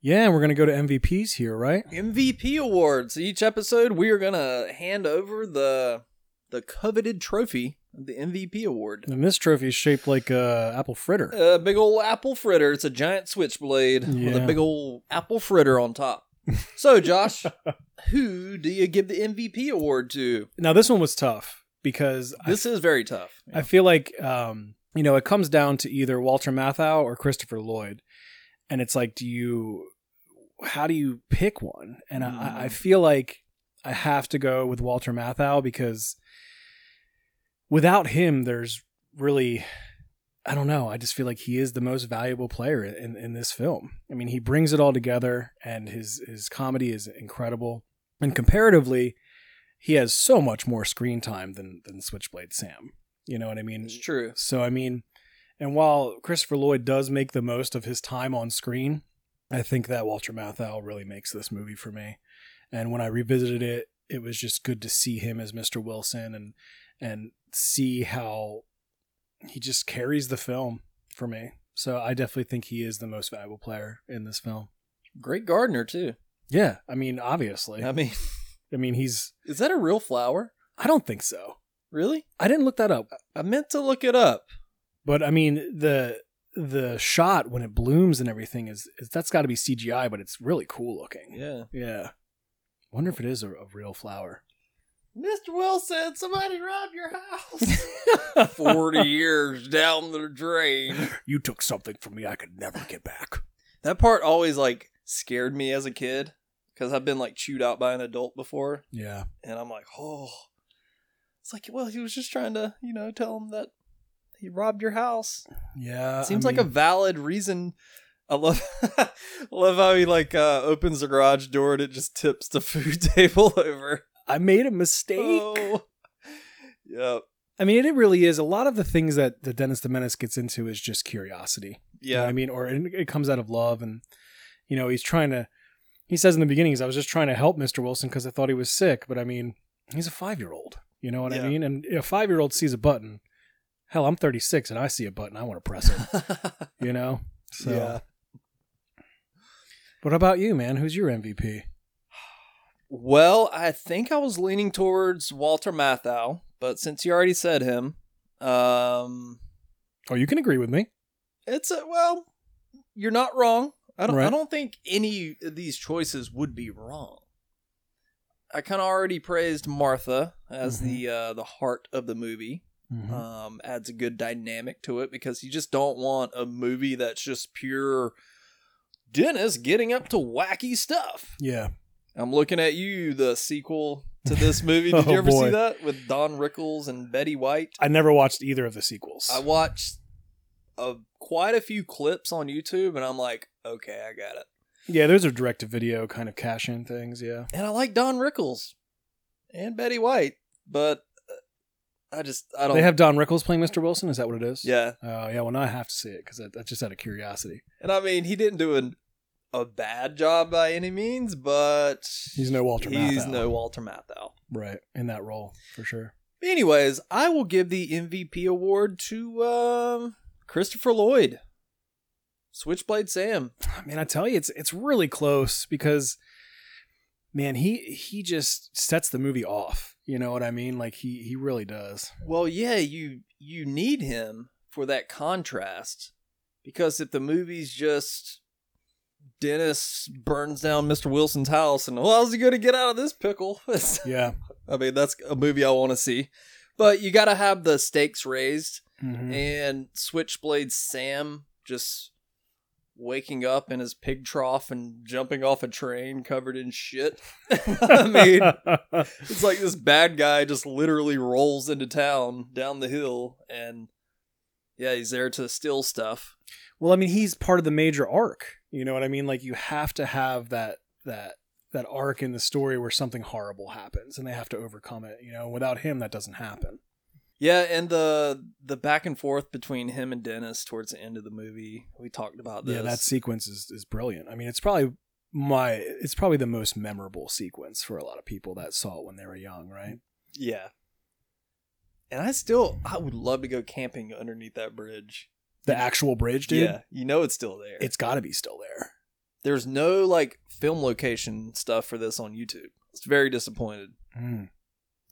yeah, and we're gonna go to MVPs here, right?
MVP awards. So Each episode, we are gonna hand over the the coveted trophy, the MVP award.
And this trophy is shaped like a apple fritter.
A big old apple fritter. It's a giant switchblade with
Yeah.
a big old apple fritter on top. So, Josh, who do you give the MVP award to?
Now this one was tough because
This is very tough.
I, I feel like um, you know it comes down to either Walter Matthau or Christopher Lloyd, and it's like, do you, how do you pick one? And I, I feel like I have to go with Walter Matthau because without him, there's really, I don't know. I just feel like he is the most valuable player in, in this film. I mean, he brings it all together, and his his comedy is incredible. And comparatively, he has so much more screen time than than Switchblade Sam. You know what I mean?
It's true.
So I mean, and while Christopher Lloyd does make the most of his time on screen, I think that Walter Matthau really makes this movie for me. And when I revisited it, it was just good to see him as Mr. Wilson and and see how he just carries the film for me. So I definitely think he is the most valuable player in this film.
Great gardener too.
Yeah, I mean, obviously.
I mean,
I mean, he's
is that a real flower?
I don't think so.
Really?
I didn't look that up.
I meant to look it up.
But I mean the the shot when it blooms and everything is, is that's got to be CGI, but it's really cool looking.
Yeah.
Yeah. Wonder if it is a, a real flower.
Mr. Wilson, somebody robbed your house. 40 years down the drain.
You took something from me I could never get back.
That part always like scared me as a kid because I've been like chewed out by an adult before.
Yeah.
And I'm like, oh. It's like, well, he was just trying to, you know, tell him that he robbed your house.
Yeah.
Seems like a valid reason. I love, I love how he like uh, opens the garage door and it just tips the food table over.
a I made a mistake.
Oh. Yep.
I mean, it really is. A lot of the things that the Dennis the Menace gets into is just curiosity. You know
Yeah.
what I mean, or it, it comes out of love, and you know, he's trying to. He says in the beginnings, "I was just trying to help Mister Wilson because I thought he was sick," but I mean, he's a five-year-old. You know what I
Yeah.
mean? And a five-year-old sees a button. Hell, I'm 36 and I see a button. I want to press it. you know. So.
Yeah.
What about you, man? Who's your MVP?
Well, I think I was leaning towards Walter Matthau, but since you already said him, um,
Oh, you can agree with me.
it's a well, you're not wrong. I don't. I
Right.
don't think any of these choices would be wrong. I kind of already praised Martha as
Mm-hmm.
the uh, the heart of the movie.
Uh,
Um, adds a good dynamic to it because you just don't want a movie that's just pure Dennis getting up to wacky stuff.
yeah.
I'm looking at you, the sequel to this movie. Did
Oh,
you ever
boy.
see that with Don Rickles and Betty White?
I never watched either of the sequels.
I watched uh quite a few clips on YouTube and I'm like, okay, I got it.
yeah, those are direct to video kind of cash in things. Yeah.
And I like Don Rickles and Betty White, but uh, I just, I don't.
They have Don Rickles playing Mr. Wilson. Is that what it is?
yeah.
Oh yeah, well now I have to see it because that's just out of curiosity.
And I mean, he didn't do an, a bad job by any means, but
He's no Walter
he's
Matthau.
no Walter Matthau.
Right in that role for sure.
Anyways, I will give the MVP award to um, Christopher Lloyd, Switchblade Sam.
I mean, I tell you, it's it's really close because, man, he he just sets the movie off. You know what I mean? Like he he really does.
Well, yeah, you you need him for that contrast because if the movie's just Dennis burns down Mr. Wilson's house and well, how's he going to get out of this pickle? It's-
Yeah.
I mean, that's a movie I want to see. But you got to have the stakes raised
Mhm.
and Switchblade Sam just waking up in his pig trough and jumping off a train covered in shit. I mean, it's like this bad guy just literally rolls into town down the hill and yeah he's there to steal stuff
well, I mean, he's part of the major arc. You know what I mean? Like you have to have that that that arc in the story where something horrible happens and they have to overcome it. You know, without him, that doesn't happen.
yeah and the the back and forth between him and dennis towards the end of the movie we talked about this
Yeah, that sequence is is brilliant. I mean, it's probably my it's probably the most memorable sequence for a lot of people that saw it when they were young, right?
yeah and i still i would love to go camping underneath that bridge
The actual bridge, dude.
yeah you know it's still there
It's got to be still there.
there's no like film location stuff for this on youtube it's very disappointed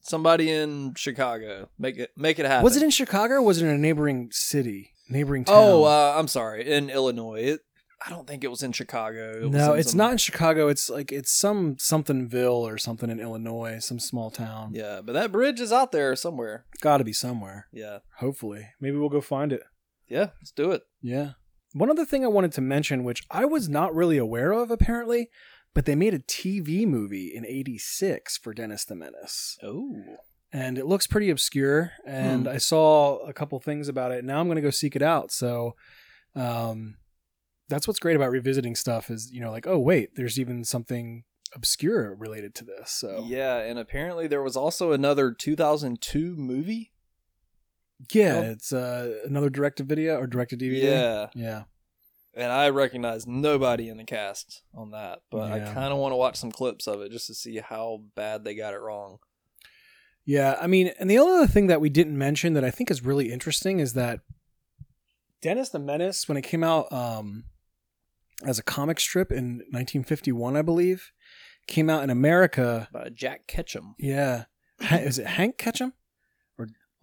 somebody in chicago make it make it happen
Was it in Chicago or was it in a neighboring city, neighboring town?
Oh, uh, I'm sorry. In Illinois, it, I don't think it was in Chicago. It was
no,
in
it's
some-
not in Chicago. It's like it's some somethingville or something in Illinois, some small town.
Yeah, but that bridge is out there somewhere.
Got to be somewhere.
Yeah,
Hopefully, maybe we'll go find it.
yeah. Let's do it.
Yeah. One other thing I wanted to mention, which I was not really aware of apparently, but they made a TV movie in '86 for Dennis the Menace,
Oh,
and it looks pretty obscure. And
Hmm.
I saw a couple things about it. Now I'm going to go seek it out. So, um, that's what's great about revisiting stuff is you know like oh wait, there's even something obscure related to this. So
yeah. And apparently there was also another 2002 movie.
Yeah,
Well-
it's uh, another direct to video or direct to DVD.
Yeah,
Yeah.
and I recognize nobody in the cast on that, but I
Yeah.
kind of want to watch some clips of it just to see how bad they got it wrong.
Yeah. I mean, and the only other thing that we didn't mention that I think is really interesting is that Dennis the Menace, when it came out um, as a comic strip in 1951, I believe, came out in America.
By Jack Ketchum.
Yeah. Ha- is it Hank Ketchum?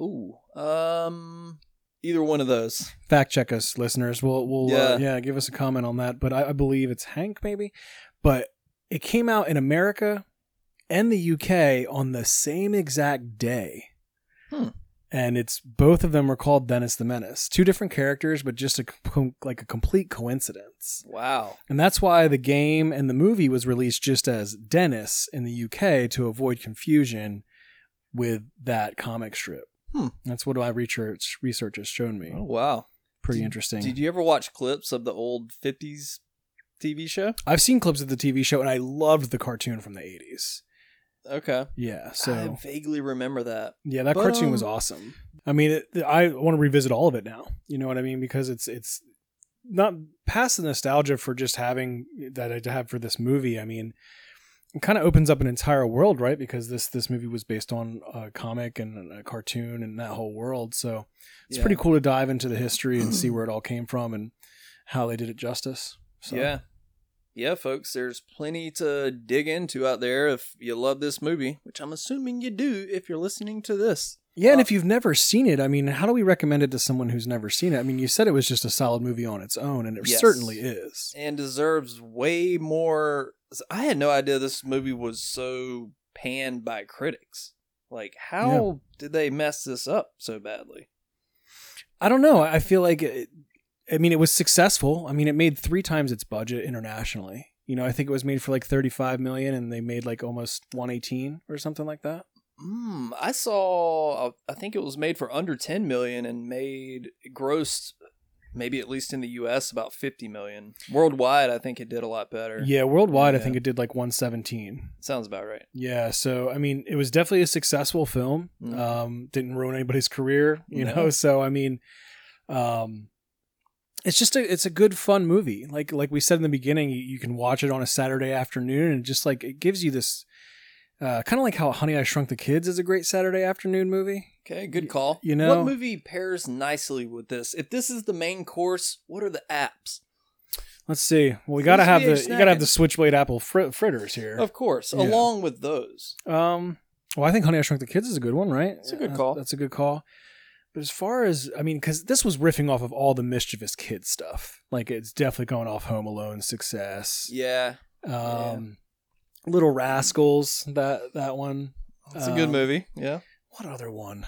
Ooh, um, either one of those.
fact check us listeners we'll we'll yeah, uh,
Yeah.
yeah give us a comment on that but I, I believe it's hank maybe but it came out in america and the uk on the same exact day
Hmm.
and it's both of them were called dennis the menace two different characters but just a com- like a complete coincidence
Wow.
and that's why the game and the movie was released just as dennis in the uk to avoid confusion with that comic strip
Hmm.
that's what my research research has shown me
Oh, wow.
pretty
Did-
interesting.
Did you ever watch clips of the old 50s TV show?
I've seen clips of the TV show, and I loved the cartoon from the '80s.
Okay.
Yeah, so
I vaguely remember that.
yeah, that
but,
cartoon was
um,
awesome. I mean, it, I want to revisit all of it now. You know what I mean? Because it's it's not past the nostalgia for just having that I have for this movie. I mean, it kind of opens up an entire world, right? Because this this movie was based on a comic and a cartoon and that whole world. So it's
Yeah.
pretty cool to dive into the history and see where it all came from and how they did it justice. So,
Yeah. Yeah, folks, there's plenty to dig into out there if you love this movie, which I'm assuming you do if you're listening to this.
Yeah, and
Uh,
if you've never seen it, I mean, how do we recommend it to someone who's never seen it? I mean, you said it was just a solid movie on its own, and it
Yes.
certainly is.
And deserves way more. I had no idea this movie was so panned by critics. Like, how did they mess this up so badly?
I don't know. I feel like, it, I mean, it was successful. I mean, it made three times its budget internationally. You know, I think it was made for like thirty-five million, and they made like almost one eighteen or something like that.
Mm, I saw. I think it was made for under ten million and made grossed, maybe at least in the U.S. about fifty million. Worldwide, I think it did a lot better.
Yeah, worldwide, I
Yeah.
think it did like one seventeen.
sounds about right.
Yeah, so I mean, it was definitely a successful film.
Mhm.
Um, didn't ruin anybody's career, you
No.
know. So I mean, um, it's just a it's a good fun movie. Like like we said in the beginning, you, you can watch it on a Saturday afternoon, and just like it gives you this uh, kind of like how Honey I Shrunk the Kids is a great Saturday afternoon movie.
Okay, good call.
you know-
what movie pairs nicely with this? If this is the main course, what are the apps?
Let's see. Well, we gotta
Let's
have
be
the
a
you gotta have
snacking.
the switchblade apple fri- fritters here.
Of course,
Yeah.
along with those.
Um, Well, I think Honey I Shrunk the Kids is a good one, right?
It's a good call.
That's a good call. But as far as I mean, because this was riffing off of all the mischievous kid stuff. Like it's definitely going off Home Alone success.
Yeah,
Um, Little Rascals. That that one.
it's a good
Um,
movie. Yeah,
What other one?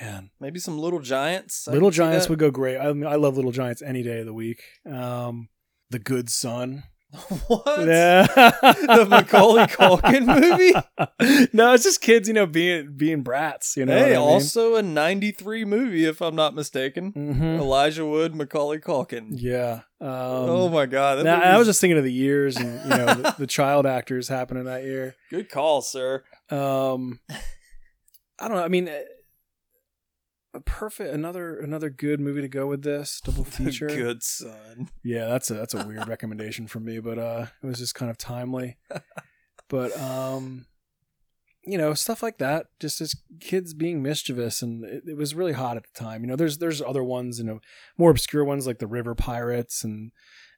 Man,
maybe some Little Giants. I
Little
could see
Giants
that.
would go great. I, mean, I love Little Giants any day of the week. Um, the Good Son.
what?
Yeah.
The Macaulay Culkin movie?
no, it's just kids, you know, being being brats. You know.
hey,
what I mean?
also a '93 movie, if I'm not mistaken.
Mhm.
Elijah Wood, Macaulay Culkin.
Yeah. Um,
oh my God! That
now,
movie's-
I was just thinking of the years and you know the, the child actors happening that year.
good call, sir.
Um, I don't know. I mean, eh, a perfect another another good movie to go with this double feature.
Good son.
Yeah, that's a that's a weird recommendation from me, but uh, it was just kind of timely. But um, you know, stuff like that, just as kids being mischievous, and it, it was really hot at the time. You know, there's there's other ones, you know, more obscure ones like the River Pirates and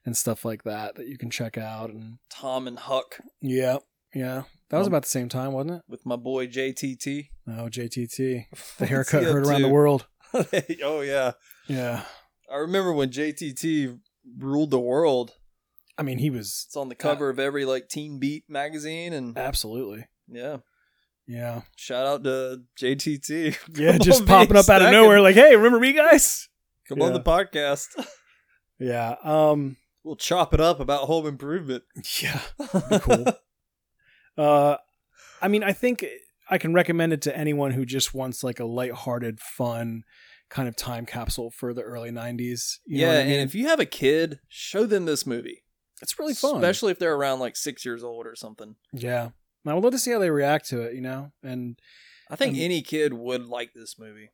and stuff like that that you can check out. And
Tom and Huck
yeah, yeah, that was
Um,
about the same time, wasn't it?
with my boy JTT.
Oh, JTT, the
What's
haircut
he up
heard around the
to?
world.
oh yeah,
Yeah,
I remember when JTT ruled the world.
I mean, he was
It's on the cover of every like Teen Beat magazine, and
uh, absolutely.
yeah,
Yeah,
shout out to JTT.
yeah,
Come
just
on,
popping
be
up out of
second.
nowhere, like, hey, remember me, guys?
Come on
Yeah.
the podcast.
Yeah. Um
We'll chop it up about home improvement.
yeah. cool. Uh I mean, I think I can recommend it to anyone who just wants like a lighthearted fun kind of time capsule for the early 90s, you know
yeah,
what I
and
mean?
if you have a kid, show them this movie.
it's really fun.
especially if they're around like six years old or something.
Yeah. And I would love to see how they react to it, you know? And
I think
Um,
any kid would like this movie,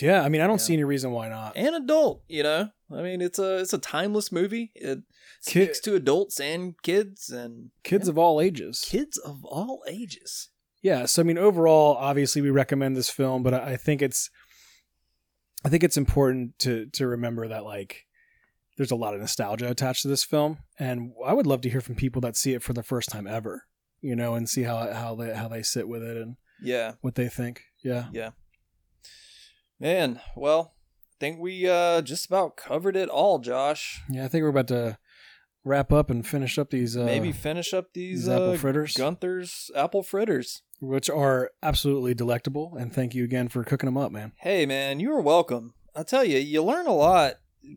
yeah, I mean, I don't
Yeah.
see any reason why not.
and adult. You know, I mean, it's a it's a timeless movie. It
Ki-
speaks to adults and kids and
Kids of all ages.
kids of all ages.
yeah so i mean overall obviously we recommend this film but i I think it's i think it's important to to remember that like there's a lot of nostalgia attached to this film and i would love to hear from people that see it for the first time ever you know and see how how they how they sit with it and
Yeah,
what they think yeah
man. Well, I think we uh just about covered it all, Josh.
yeah i think we're about to wrap up and finish up these uh
Maybe finish up these,
these apple
uh,
fritters.
Gunther's apple fritters.
which are absolutely delectable and thank you again for cooking them up man
Hey, man, you are welcome. I tell you, you learn a lot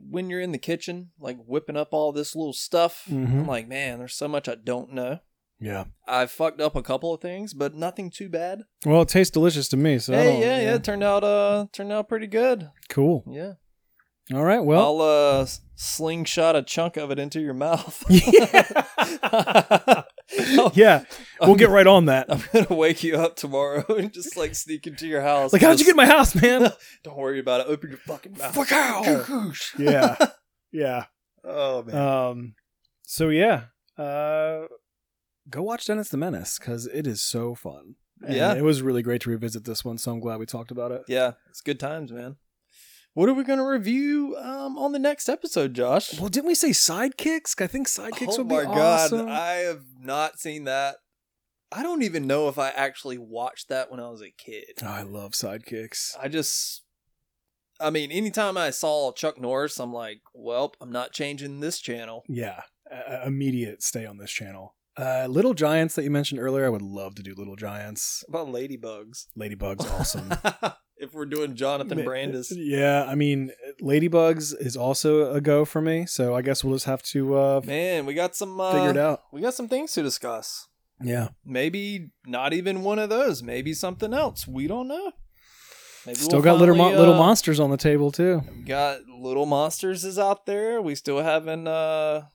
when you're in the kitchen, like whipping up all this little stuff.
Mhm.
I'm like, man, there's so much I don't know.
yeah
I fucked up a couple of things, but nothing too bad.
well it tastes delicious to me so I
hey,
don't-
yeah, yeah, it turned out, uh, turned out pretty good.
cool
Yeah,
all right well
I'll uh s- slingshot a chunk of it into your mouth.
Yeah. yeah, we'll get right on that.
I'm gonna wake you up tomorrow and just like sneak into your house.
Like, how'd you
Just-
get in my house, man?
Don't worry about it. Open your fucking mouth.
Fuck out. yeah, yeah.
Oh man.
Um, so yeah, uh, go watch Dennis the Menace because it is so fun. And
Yeah.
it was really great to revisit this one. So I'm glad we talked about it.
Yeah, it's good times, man. What are we going to review um, on the next episode, Josh?
Well, didn't we say sidekicks? I think sidekicks
oh
would be
my
awesome.
god, I have not seen that. I don't even know if I actually watched that when I was a kid.
Oh, I love sidekicks.
I just, I mean, anytime I saw Chuck Norris, I'm like, well, I'm not changing this channel.
Yeah, uh, immediate stay on this channel. Uh, Little Giants that you mentioned earlier, I would love to do Little Giants.
What about ladybugs?
Ladybug's awesome.
if we're doing Jonathan
Ma-
Brandis,
Yeah, I mean, Ladybugs is also a go for me, so I guess we'll just have to uh, figure
man, we got some. Uh,
it out.
We got some things to discuss.
Yeah,
maybe not even one of those. Maybe something else. We don't know. Maybe
still
we'll
got little
finally,
Mon- little
uh,
monsters on the table too.
Got little monsters is out there. We still haven't uh,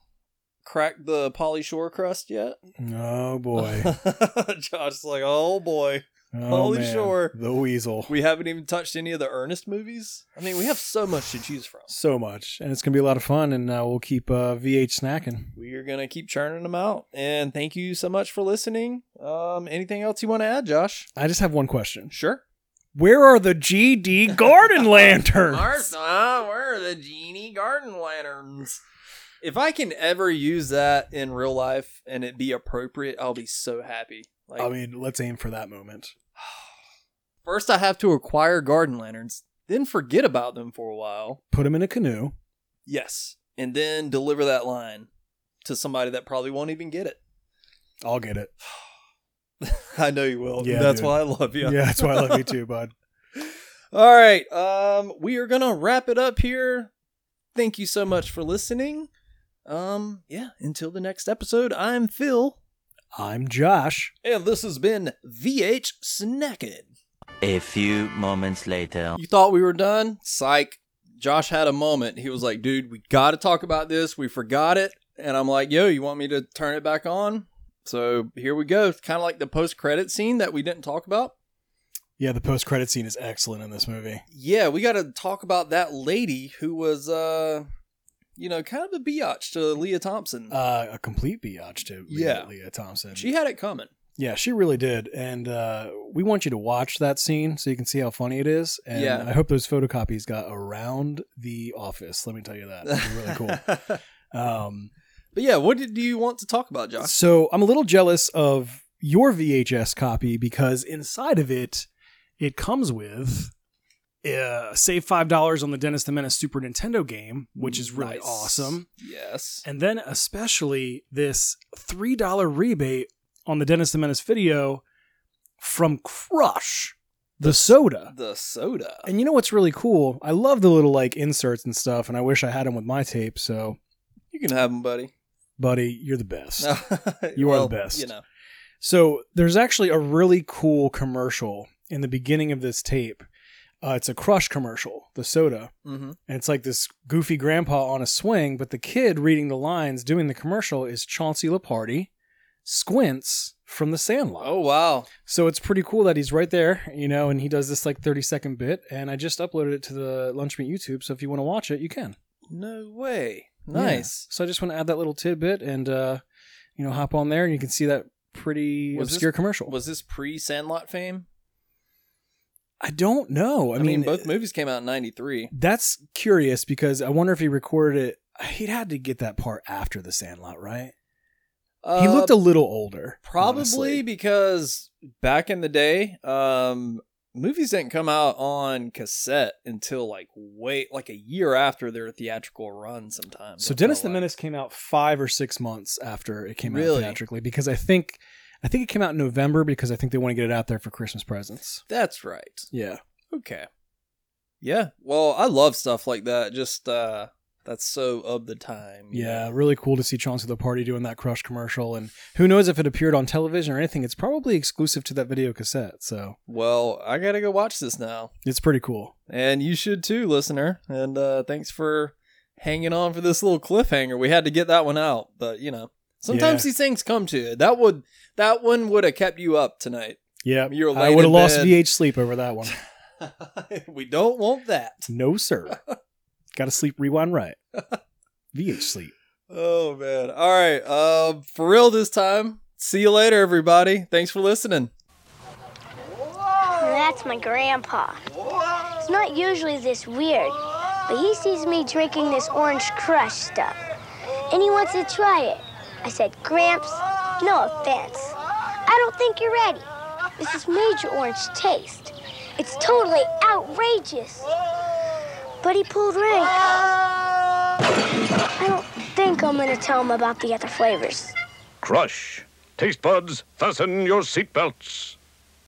cracked the Polly Shore crust yet.
Oh boy,
Josh's like, oh boy,
oh,
Holy
man.
shore.
the weasel,
we haven't even touched any of the Ernest movies. I mean, we have so much to choose from.
so much, and it's gonna be a lot of fun, and uh, we'll keep uh, VH snacking.
We are gonna keep churning them out. And thank you so much for listening. Um, anything else you want to add, Josh?
I just have one question:
Sure.
Where are the GD garden lanterns?
Martha, where are the genie garden lanterns? If I can ever use that in real life and it be appropriate, I'll be so happy. Like,
I mean, let's aim for that moment.
First, I have to acquire garden lanterns, then forget about them for a while.
Put him in a canoe.
Yes. And then deliver that line to somebody that probably won't even get it.
I'll get it.
I know you will.
Yeah,
That's
dude.
why I love you.
Yeah, that's why I love you too, bud.
All right. Um, we are gonna wrap it up here. Thank you so much for listening. Um, yeah, until the next episode, I'm Phil.
I'm Josh.
And this has been VH Snacking.
A few moments later.
You thought we were done? Psych. Josh had a moment. He was like, dude, we got to talk about this. We forgot it. And I'm like, yo, you want me to turn it back on? So here we go. It's kind of like the post credit scene that we didn't talk about.
Yeah, the post credit scene is excellent in this movie.
Yeah, we got to talk about that lady who was, uh, you know, kind of a biatch to Leah Thompson.
Uh, a complete biatch to Leah,
Yeah.
Leah Thompson.
she had it coming.
yeah, she really did. And uh, we want you to watch that scene so you can see how funny it is. And
Yeah.
I hope those photocopies got around the office. Let me tell you that. It'd be really cool.
but
Um,
yeah, what did, do you want to talk about, Josh?
So I'm a little jealous of your VHS copy because inside of it, it comes with uh, save five dollars on the Dennis the Menace Super Nintendo game, which is really
Nice.
awesome,
Yes.
and then especially this three dollar rebate on the Dennis the Menace video from Crush, the soda.
The soda.
uh, And you know what's really cool? I love the little like inserts and stuff, and I wish I had them with my tape. So,
You can have them, buddy.
buddy, you're the best. You
you
are the
are the
best.
best. You know.
So there's actually a really cool commercial in the beginning of this tape. Uh, it's a crush commercial, the soda.
Mm-hmm.
And it's like this goofy grandpa on a swing, but the kid reading the lines doing the commercial is Chauncey Leparty, Squints from the Sandlot.
Oh wow!
So it's pretty cool that he's right there, you know, and he does this like 30 second bit. And I just uploaded it to the Lunch Meat YouTube. So if you want to watch it, you can.
No way!
Yeah.
Nice.
So I just want to add that little tidbit and, uh, you know, hop on there and you can see that pretty
Was this-
obscure commercial.
Was this pre Sandlot fame?
I don't know. I,
I,
mean,
mean,
uh,
both movies came out in '93.
That's curious because I wonder if he recorded it. He'd had to get that part after the Sandlot, right? he looked a little older.
Uh, probably
honestly.
because back in the day, um, movies didn't come out on cassette until like way like a year after their theatrical run. Sometimes.
So
I
Dennis the
felt like.
Menace came out five or six months after it came out
Really?
theatrically because I think I think it came out in November because I think they want to get it out there for Christmas presents.
That's right.
Yeah.
Okay. Yeah. Well, I love stuff like that. Just uh that's so of the time. you
Yeah,
know?
really cool to see Chauncey the Party doing that Crush commercial and who knows if it appeared on television or anything. It's probably exclusive to that video cassette, so
Well, I gotta go watch this now.
it's pretty cool.
And you should too, listener. And uh, thanks for hanging on for this little cliffhanger. We had to get that one out, but you know, sometimes
Yeah.
these things come to you. That would that one would have kept you up tonight.
Yeah.
You're
I
late
would have
in
lost
bed.
VH sleep over that one.
we don't want that.
No, sir. Got to sleep rewind right. VH sleep.
Oh man! All right, uh, for real this time. See you later, everybody. Thanks for listening.
And that's my grandpa. It's not usually this weird, but he sees me drinking this orange crush stuff. And he wants to try it. I said, Gramps, no offense. I don't think you're ready. This is major orange taste. It's totally outrageous. But he pulled rank. I don't think I'm gonna tell him about the other flavors.
Crush. Taste buds, fasten your seatbelts.